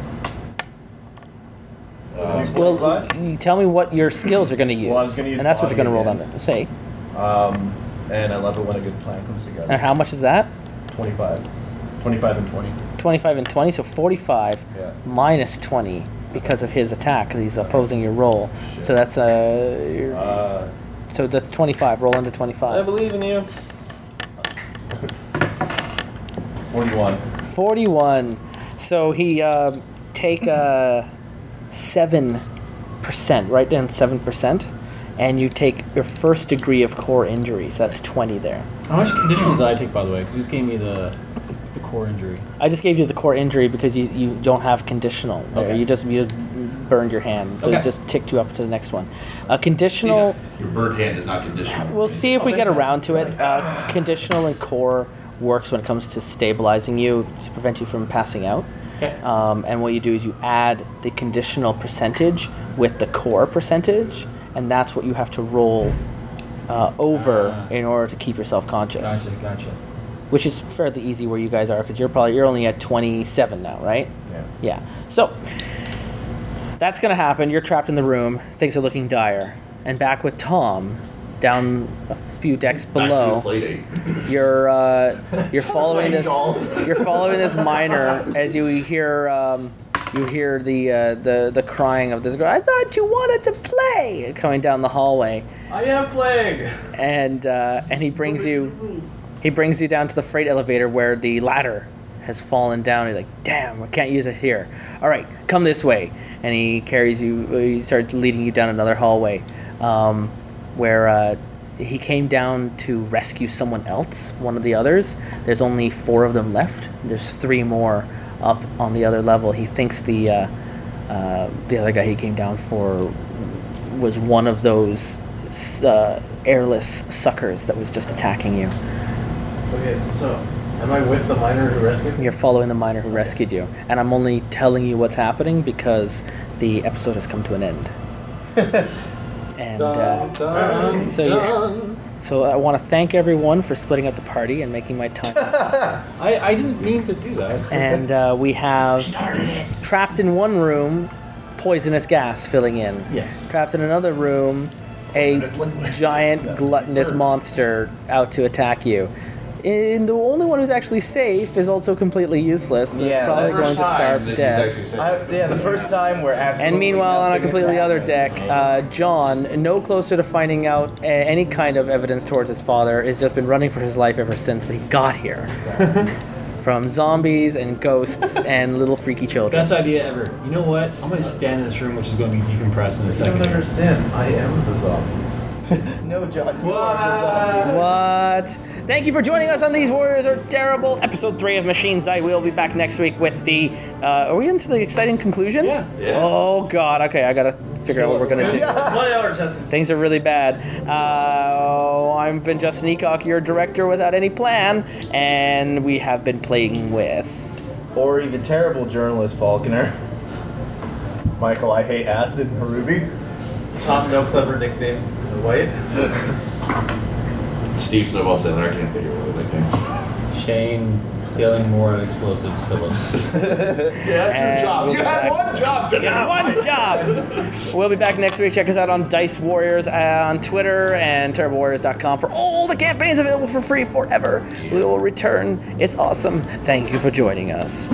[SPEAKER 7] Uh,
[SPEAKER 3] Well,
[SPEAKER 8] 45?
[SPEAKER 3] you tell me what your skills are going to use,
[SPEAKER 8] Well, I was gonna use
[SPEAKER 3] and that's what you're
[SPEAKER 8] body
[SPEAKER 3] going to roll
[SPEAKER 8] again.
[SPEAKER 3] under. Say,
[SPEAKER 8] Um, and I love it when a good plan comes together.
[SPEAKER 3] and how much is that?
[SPEAKER 8] 25. 25 and 20.
[SPEAKER 3] Twenty-five and twenty, so forty-five
[SPEAKER 8] Yeah.
[SPEAKER 3] minus twenty because of his attack. He's opposing your roll, so that's uh, you're-
[SPEAKER 8] Uh,
[SPEAKER 3] so that's twenty-five. Roll under
[SPEAKER 6] I
[SPEAKER 3] twenty-five.
[SPEAKER 6] believe in you.
[SPEAKER 8] 41.
[SPEAKER 3] 41. So he um take a seven percent, right down seven percent, and you take your first degree of core injury. So that's twenty there.
[SPEAKER 6] How much conditional did I take, by the way? Because this gave me the the core injury.
[SPEAKER 3] I just gave you the core injury because you, you don't have conditional there.
[SPEAKER 6] Okay.
[SPEAKER 3] You just you just burned your hand, so it
[SPEAKER 6] Okay.
[SPEAKER 3] just ticked you up to the next one. A conditional.
[SPEAKER 7] Your bird hand is not conditional.
[SPEAKER 3] We'll see if we get around to it. Uh, conditional and core works when it comes to stabilizing you to prevent you from passing out.
[SPEAKER 6] Okay.
[SPEAKER 3] Um, and what you do is you add the conditional percentage with the core percentage, and that's what you have to roll uh, over
[SPEAKER 6] Ah.
[SPEAKER 3] in order to keep yourself conscious.
[SPEAKER 6] Gotcha, gotcha.
[SPEAKER 3] Which is fairly easy where you guys are because you're probably you're only at 27 now, right?
[SPEAKER 8] Yeah.
[SPEAKER 3] Yeah. So That's gonna happen. You're trapped in the room. Things are looking dire. And back with Tom, down a few decks below. You're uh, you're following this. You're following this miner as you hear um, you hear the uh, the the crying of this girl. I thought you wanted to play coming down the hallway,
[SPEAKER 4] I am playing.
[SPEAKER 3] and uh, and he brings you he brings you down to the freight elevator where the ladder has fallen down. He's like, damn, I can't use it here. All right, come this way, and he carries you. uh, He starts leading you down another hallway, um, where. Uh, he came down to rescue someone else, one of the others. There's only four of them left. There's three more up on the other level. He thinks the uh, uh, the other guy he came down for was one of those uh, airless suckers that was just attacking you.
[SPEAKER 4] Okay, so am I with the miner who rescued me?
[SPEAKER 3] You're following the miner who rescued you, and I'm only telling you what's happening because the episode has come to an end. and uh, so you, so I want to thank everyone for splitting up the party and making my time.
[SPEAKER 6] I, I didn't mean to do that.
[SPEAKER 3] and uh, we have trapped in one room, poisonous gas filling in.
[SPEAKER 6] Yes.
[SPEAKER 3] Trapped in another room, a giant gluttonous monster out to attack you. And the only one who's actually safe is also completely useless. So it's
[SPEAKER 9] Yeah,
[SPEAKER 3] probably
[SPEAKER 9] the first
[SPEAKER 3] going to starve to death.
[SPEAKER 9] I, yeah, the first time we're absolutely.
[SPEAKER 3] And meanwhile, on a
[SPEAKER 9] nothing has
[SPEAKER 3] completely other
[SPEAKER 9] happened.
[SPEAKER 3] deck, uh, John, no closer to finding out a- any kind of evidence towards his father, has just been running for his life ever since he got here. From zombies and ghosts and little freaky children.
[SPEAKER 6] Best idea ever. You know what? I'm gonna stand in this room, which is gonna be decompressed
[SPEAKER 4] I
[SPEAKER 6] in a
[SPEAKER 4] don't
[SPEAKER 6] second. here.
[SPEAKER 4] understand. I am the zombies.
[SPEAKER 9] No, John. You are the zombie.
[SPEAKER 3] What? Thank you for joining us on These Warriors Are Terrible, episode three of Machine Zeit. We'll be back next week with the. Uh, are we into the exciting conclusion?
[SPEAKER 6] Yeah.
[SPEAKER 7] Yeah.
[SPEAKER 3] Oh, God. Okay, I gotta figure out what we're gonna do.
[SPEAKER 4] One hour, Justin.
[SPEAKER 3] Things are really bad. Uh, I've been Justin Eacock, your director without any plan, and we have been playing with.
[SPEAKER 9] Or even terrible journalist Falconer.
[SPEAKER 8] Michael, I hate acid and Ruby.
[SPEAKER 4] Tom, no clever nickname. White.
[SPEAKER 7] Steve Snowball Sailor. I can't think of what his nickname. is.
[SPEAKER 6] Shane yelling more at explosives, Phillips.
[SPEAKER 3] And we'll be back-
[SPEAKER 9] one job
[SPEAKER 3] You had one job. We'll be back next week. Check us out on Dice Warriors uh, on Twitter and TerribleWarriors.com for all the campaigns available for free forever. We will return. It's awesome. Thank you for joining us.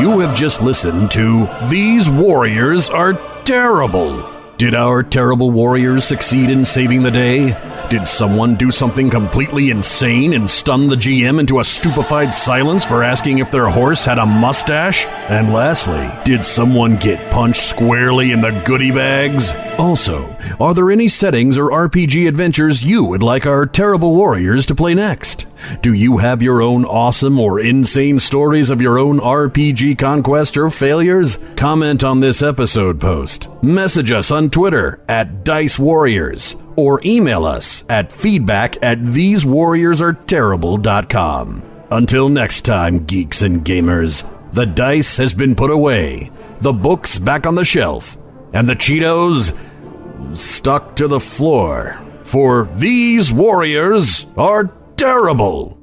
[SPEAKER 2] You have just listened to These Warriors Are Terrible. Did our terrible warriors succeed in saving the day? Did someone do something completely insane and stun the GM into a stupefied silence for asking if their horse had a mustache? And lastly, did someone get punched squarely in the goodie bags? Also, are there any settings or RPG adventures you would like our terrible warriors to play next? Do you have your own awesome or insane stories of your own RPG conquest or failures? Comment on this episode post. Message us on Twitter at Dice Warriors or email us at feedback at thesewarriorsarterrible.com. Until next time, geeks and gamers, the dice has been put away, the books back on the shelf, and the Cheetos stuck to the floor. For these warriors are terrible.